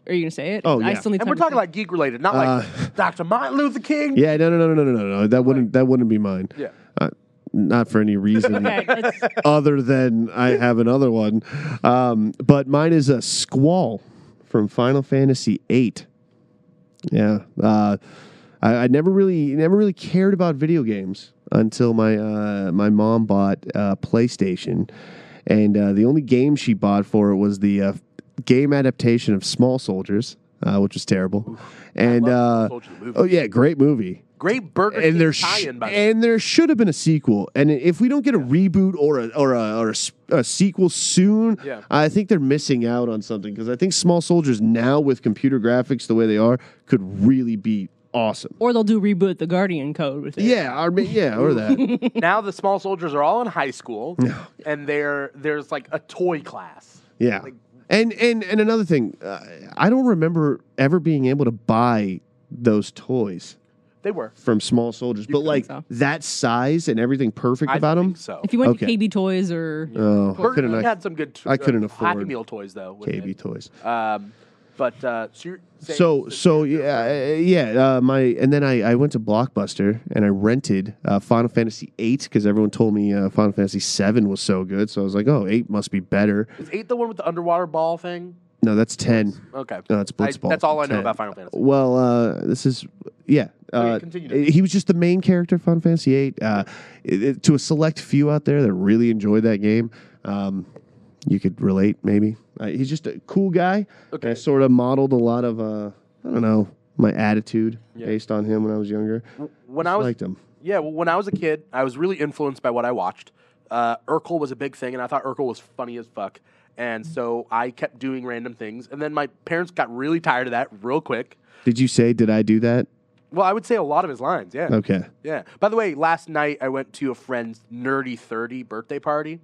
A: Are you gonna say it?
B: Oh,
A: I
B: yeah.
A: still need
C: and
A: time
C: we're
A: to
C: talking
A: think.
C: like geek related, not like Dr. Martin Luther King.
B: Uh, Yeah. No. No. No. No. No. No. no. That wouldn't. That wouldn't be mine.
C: Yeah.
B: Uh, not for any reason
A: Okay, let's-
B: other than I have another one. Um, but mine is a squall from Final Fantasy VIII. Yeah. Uh, I, I never really never really cared about video games until my uh, my mom bought uh, PlayStation, and uh, the only game she bought for it was the uh, game adaptation of Small Soldiers, uh, which was terrible. and
C: love
B: uh,
C: Small Soldiers, the movie.
B: oh yeah, great movie
C: Great Burger King
B: and there sh-
C: tie-in. By the way.
B: and there should have been a sequel. And if we don't get a reboot or a or a, or a, s- a sequel soon,
C: Yeah.
B: I think they're missing out on something because I think Small Soldiers now with computer graphics the way they are could really be awesome.
A: or they'll do reboot the Guardian Code with it.
B: Yeah, or ma- yeah, or that.
C: now the small soldiers are all in high school, and there there's like a toy class.
B: Yeah. And and and another thing, uh, I don't remember ever being able to buy those toys
C: They were.
B: from Small Soldiers, but like
A: so.
B: that size and everything perfect
C: I
B: about
C: think
B: them.
C: so.
A: If you went to
B: Okay.
A: KB Toys or
B: Oh, I
C: Burger
B: couldn't
C: King
B: I,
C: had some good. t- uh,
B: I couldn't
C: Happy
B: afford
C: Meal toys though. with
B: KB
C: it.
B: toys.
C: Um, but uh, so you're saying-
B: So so yeah uh, yeah uh, my and then I, I went to Blockbuster and I rented uh, Final Fantasy VIII because everyone told me uh, Final Fantasy VII was so good so I was like oh eight must be better
C: is eight the one with the underwater ball thing?
B: no that's ten
C: Okay,
B: no that's
C: I,
B: Blitzball
C: that's all I know
B: 10.
C: about Final Fantasy.
B: well uh, this is yeah uh,
C: Oh, continue.
B: he was just the main character of Final Fantasy VIII uh, it- it- to a select few out there that really enjoyed that game um, you could relate maybe uh, he's just a cool guy
C: Okay.
B: I sort of modeled a lot of uh, I don't know my attitude based on him when I was younger.
C: When
B: I
C: I was
B: liked him.
C: Yeah, well, when I was a kid, I was really influenced by what I watched. Uh, Urkel was a big thing, and I thought Urkel was funny as fuck. And so I kept doing random things. And then my parents got really tired of that real quick.
B: Did you say, did I do that?
C: Well, I would say a lot of his lines, yeah.
B: Okay.
C: Yeah. By the way, last night I went to a friend's nerdy thirty birthday party,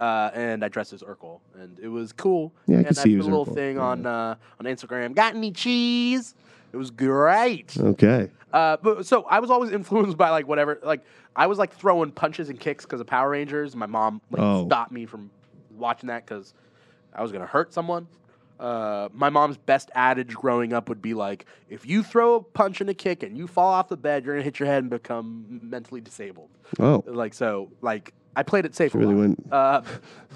C: uh, and I dressed as Urkel, and it was cool.
B: Hmm. Yeah, I
C: and
B: could see
C: put
B: you
C: a
B: as
C: little
B: Urkel,
C: thing
B: yeah.
C: on uh, on Instagram. Got any cheese? It was great.
B: Okay.
C: Uh, but so I was always influenced by like whatever. Like I was like throwing punches and kicks because of Power Rangers. My mom like,
B: Oh.
C: stopped me from watching that because I was gonna hurt someone. Uh, my mom's best adage growing up would be like, if you throw a punch and a kick and you fall off the bed, you're gonna hit your head and become mentally disabled.
B: Oh,
C: Like so, like I played it safe. a
B: really
C: lot.
B: went-
C: Uh,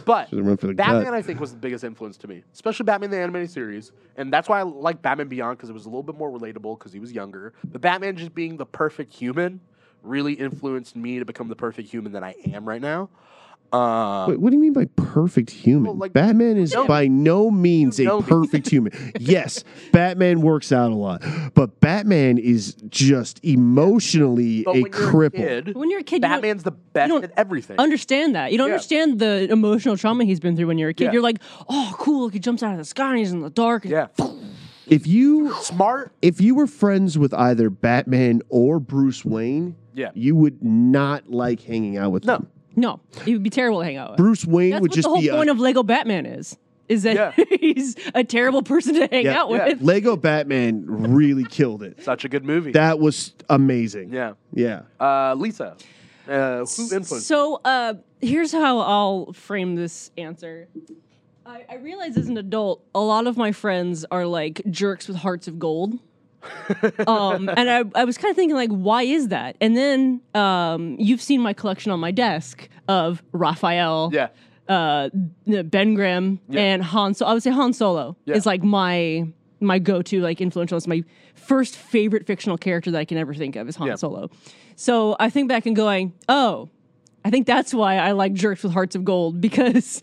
C: but
B: should've went for the
C: Batman,
B: gut.
C: I think, was the biggest influence to me, especially Batman the animated series, and that's why I like Batman Beyond because it was a little bit more relatable because he was younger. But Batman just being the perfect human really influenced me to become the perfect human that I am right now. Uh,
B: Wait, what do you mean by perfect human?
C: Well, like-
B: Batman is
C: No.
B: by no means
C: You know
B: a
C: me.
B: perfect human. Yes, Batman works out a lot, but Batman is just emotionally
C: but
B: a
C: when
B: cripple.
C: you're a kid,
A: When you're a kid, you don't-
C: Batman's the best
A: you don't
C: at everything.
A: understand that. You don't
C: Yeah.
A: understand the emotional trauma he's been through when you're a kid.
C: Yeah.
A: You're like, oh, cool. Look, he jumps out of the sky and he's in the dark.
C: yeah,
B: If you
C: smart.
B: if you were friends with either Batman or Bruce Wayne,
C: Yeah.
B: you would not like hanging out with
C: No,
B: them.
A: No, he would be terrible to hang out with.
B: Bruce Wayne
A: That's
B: would
A: what
B: just
A: the whole
B: be uh, a
A: point of Lego Batman is. Is that
C: Yeah.
A: he's a terrible person to hang
B: Yeah,
A: out
C: yeah.
A: with.
B: Lego Batman really killed it.
C: such a good movie.
B: That was amazing.
C: yeah,
B: Yeah.
C: uh, Lisa, uh, who influenced?
A: So uh, here's how I'll frame this answer. I, I realize as an adult, a lot of my friends are like jerks with hearts of gold. um, and I, I was kind of thinking like, why is that? And then um, you've seen my collection on my desk of Raphael,
C: yeah,
A: uh, n- Ben Grimm,
C: Yeah.
A: and Han. So I would say Han Solo
C: Yeah.
A: is like my my go to like influential. It's my first favorite fictional character that I can ever think of is Han
C: Yeah.
A: Solo. So I think back and going, oh, I think that's why I like jerks with hearts of gold because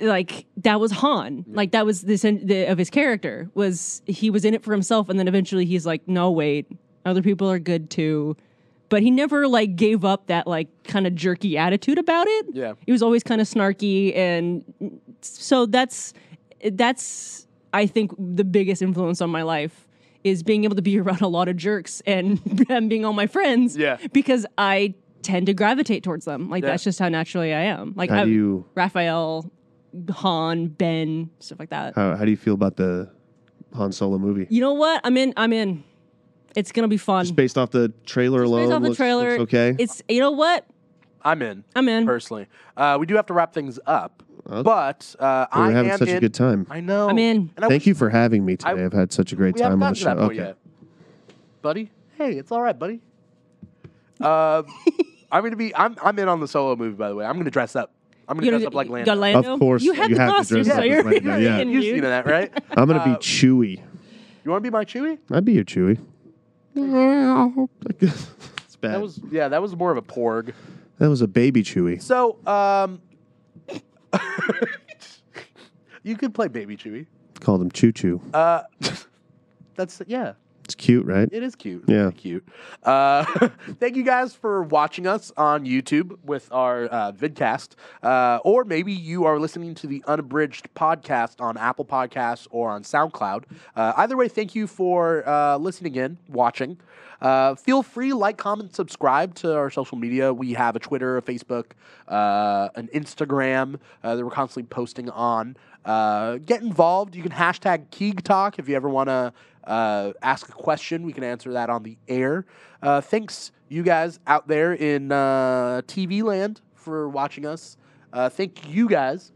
A: like that was Han. Like that was this in, the, of his character was he was in it for himself, and then eventually he's like, no, wait, other people are good too. But he never like gave up that like kind of jerky attitude about it.
C: Yeah.
A: he was always kind of snarky, and so that's that's I think the biggest influence on my life is being able to be around a lot of jerks and them being all my friends.
C: Yeah.
A: because I tend to gravitate towards them. Like
C: Yeah.
A: that's just how naturally I am. Like
B: How
A: I'm
B: do you
A: Raphael, Han, Ben, stuff like that.
B: how, how do you feel about the Han Solo movie?
A: You know what? I'm in. I'm in. It's gonna be fun.
B: Just based off the trailer alone.
A: Based off the
B: looks-
A: trailer,
B: looks okay.
A: It's you know what?
C: I'm in.
A: I'm in.
C: personally. Uh, we do have to wrap things up,
B: Well,
C: but uh,
B: We
C: I
B: We're having
C: am
B: such
C: in.
B: a good time.
C: I know.
A: I'm in.
C: And I
B: Thank
C: wish
B: you for having me
C: I-
B: today. I, have had such a great
C: we haven't
B: time on the
C: gotten to
B: show.
C: that point
B: Okay.
C: yet, buddy. Hey, it's all right, buddy. Uh, I'm gonna be. I'm. I'm in on the solo movie. By the way, I'm gonna dress up. I'm gonna
A: You
C: dress up like
A: got
C: Lando.
A: Lando.
B: Of course,
A: you have
B: you
A: the
B: have to
A: costume,
B: dress
A: so
C: up
A: you're,
B: as Lando,
A: you're
B: yeah.
A: in,
C: You've
A: dude.
C: seen that, right?
B: I'm gonna
C: Uh,
B: be Chewy.
C: You want to be my Chewie?
B: I'd be your Chewy. it's bad.
C: That was yeah. That was more of a porg.
B: a baby Chewy.
C: So um, you could play baby Chewie.
B: Called him Choo Choo.
C: Uh, that's yeah.
B: It's cute, right?
C: It is cute.
B: Yeah.
C: It's cute. Uh, thank you guys for watching us on YouTube with our uh, vidcast. Uh, or maybe you are listening to the Unabridged podcast on Apple Podcasts or on SoundCloud. Uh, either way, thank you for uh, listening in, watching. Uh, feel free, like, comment, subscribe to our social media. We have a Twitter, a Facebook, uh, an Instagram uh, that we're constantly posting on. Uh, get involved. You can hashtag Keeg Talk if you ever want to uh, ask a question. We can answer that on the air. Uh, thanks, you guys out there in uh, TV land, for watching us. Uh, thank you guys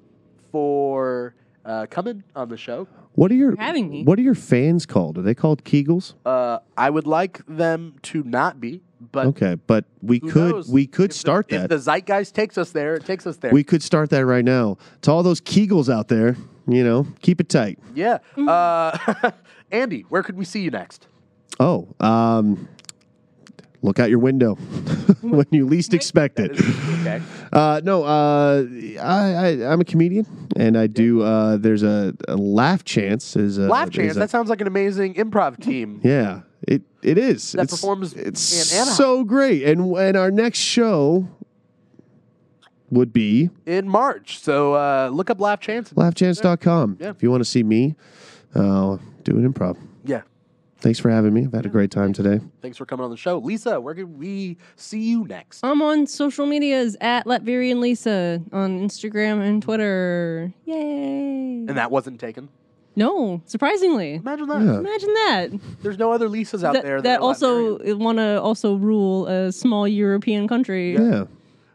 C: for uh, coming on the show.
B: What are your
A: for having me.
B: What are your fans called? Are they called Kegels?
C: Uh, I would like them to not be, but
B: Okay, but we
C: who
B: could
C: knows?
B: we could
C: If the-
B: start
C: If
B: that.
C: the zeitgeist takes us there, it takes us there.
B: we could start that right now. To all those Kegels out there, you know, keep it tight.
C: yeah. Uh, Andy, where could we see you next?
B: Oh, um, look out your window when you least expect it.
C: Okay.
B: Uh, no, uh, I, I, I'm a comedian, and I do. Uh, there's a, a laugh chance is a
C: Laugh
B: is
C: Chance.
B: a-
C: That sounds like an amazing improv team.
B: yeah, it it is.
C: That
B: it's,
C: performs
B: It's
C: in Anaheim.
B: so great, and and our next show would be
C: in March. So uh, look up Laugh Chance.
B: laughchance.com.
C: Yeah.
B: If you want to see me, uh, do an improv.
C: Yeah.
B: Thanks for having me. I've had a great time today.
C: Thanks for coming on the show. Lisa, where can we see you next?
A: I'm on social medias at Latverian Lisa on Instagram and Twitter. Yay!
C: And that wasn't taken.
A: No, surprisingly.
C: Imagine that.
B: Yeah.
A: Imagine that.
C: There's no other Lisas out
A: That,
C: there.
A: that
C: are
A: also
C: Latvian.
A: want to also rule a small European country.
B: Yeah.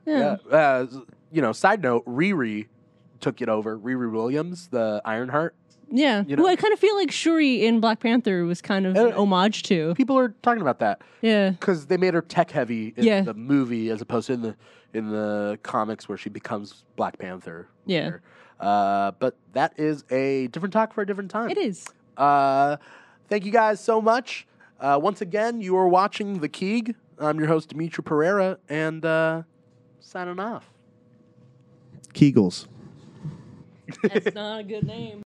A: Yeah.
C: Yeah. Uh, s- you know, side note, Riri took it over. Riri Williams, the Ironheart.
A: Yeah.
C: You know?
A: Well, I kind of feel like Shuri in Black Panther was kind of an
C: Uh,
A: homage to.
C: People are talking about that
A: Yeah.
C: because they made her tech heavy in
A: Yeah.
C: the movie as opposed to in the in the comics where she becomes Black Panther.
A: Yeah.
C: later. Uh, but that is a different talk for a different time.
A: It is.
C: Uh, thank you guys so much. Uh, once again, you are watching The Keeg. I'm your host, Dimitri Pereira, and uh, signing off.
B: Kegels.
A: That's not a good name.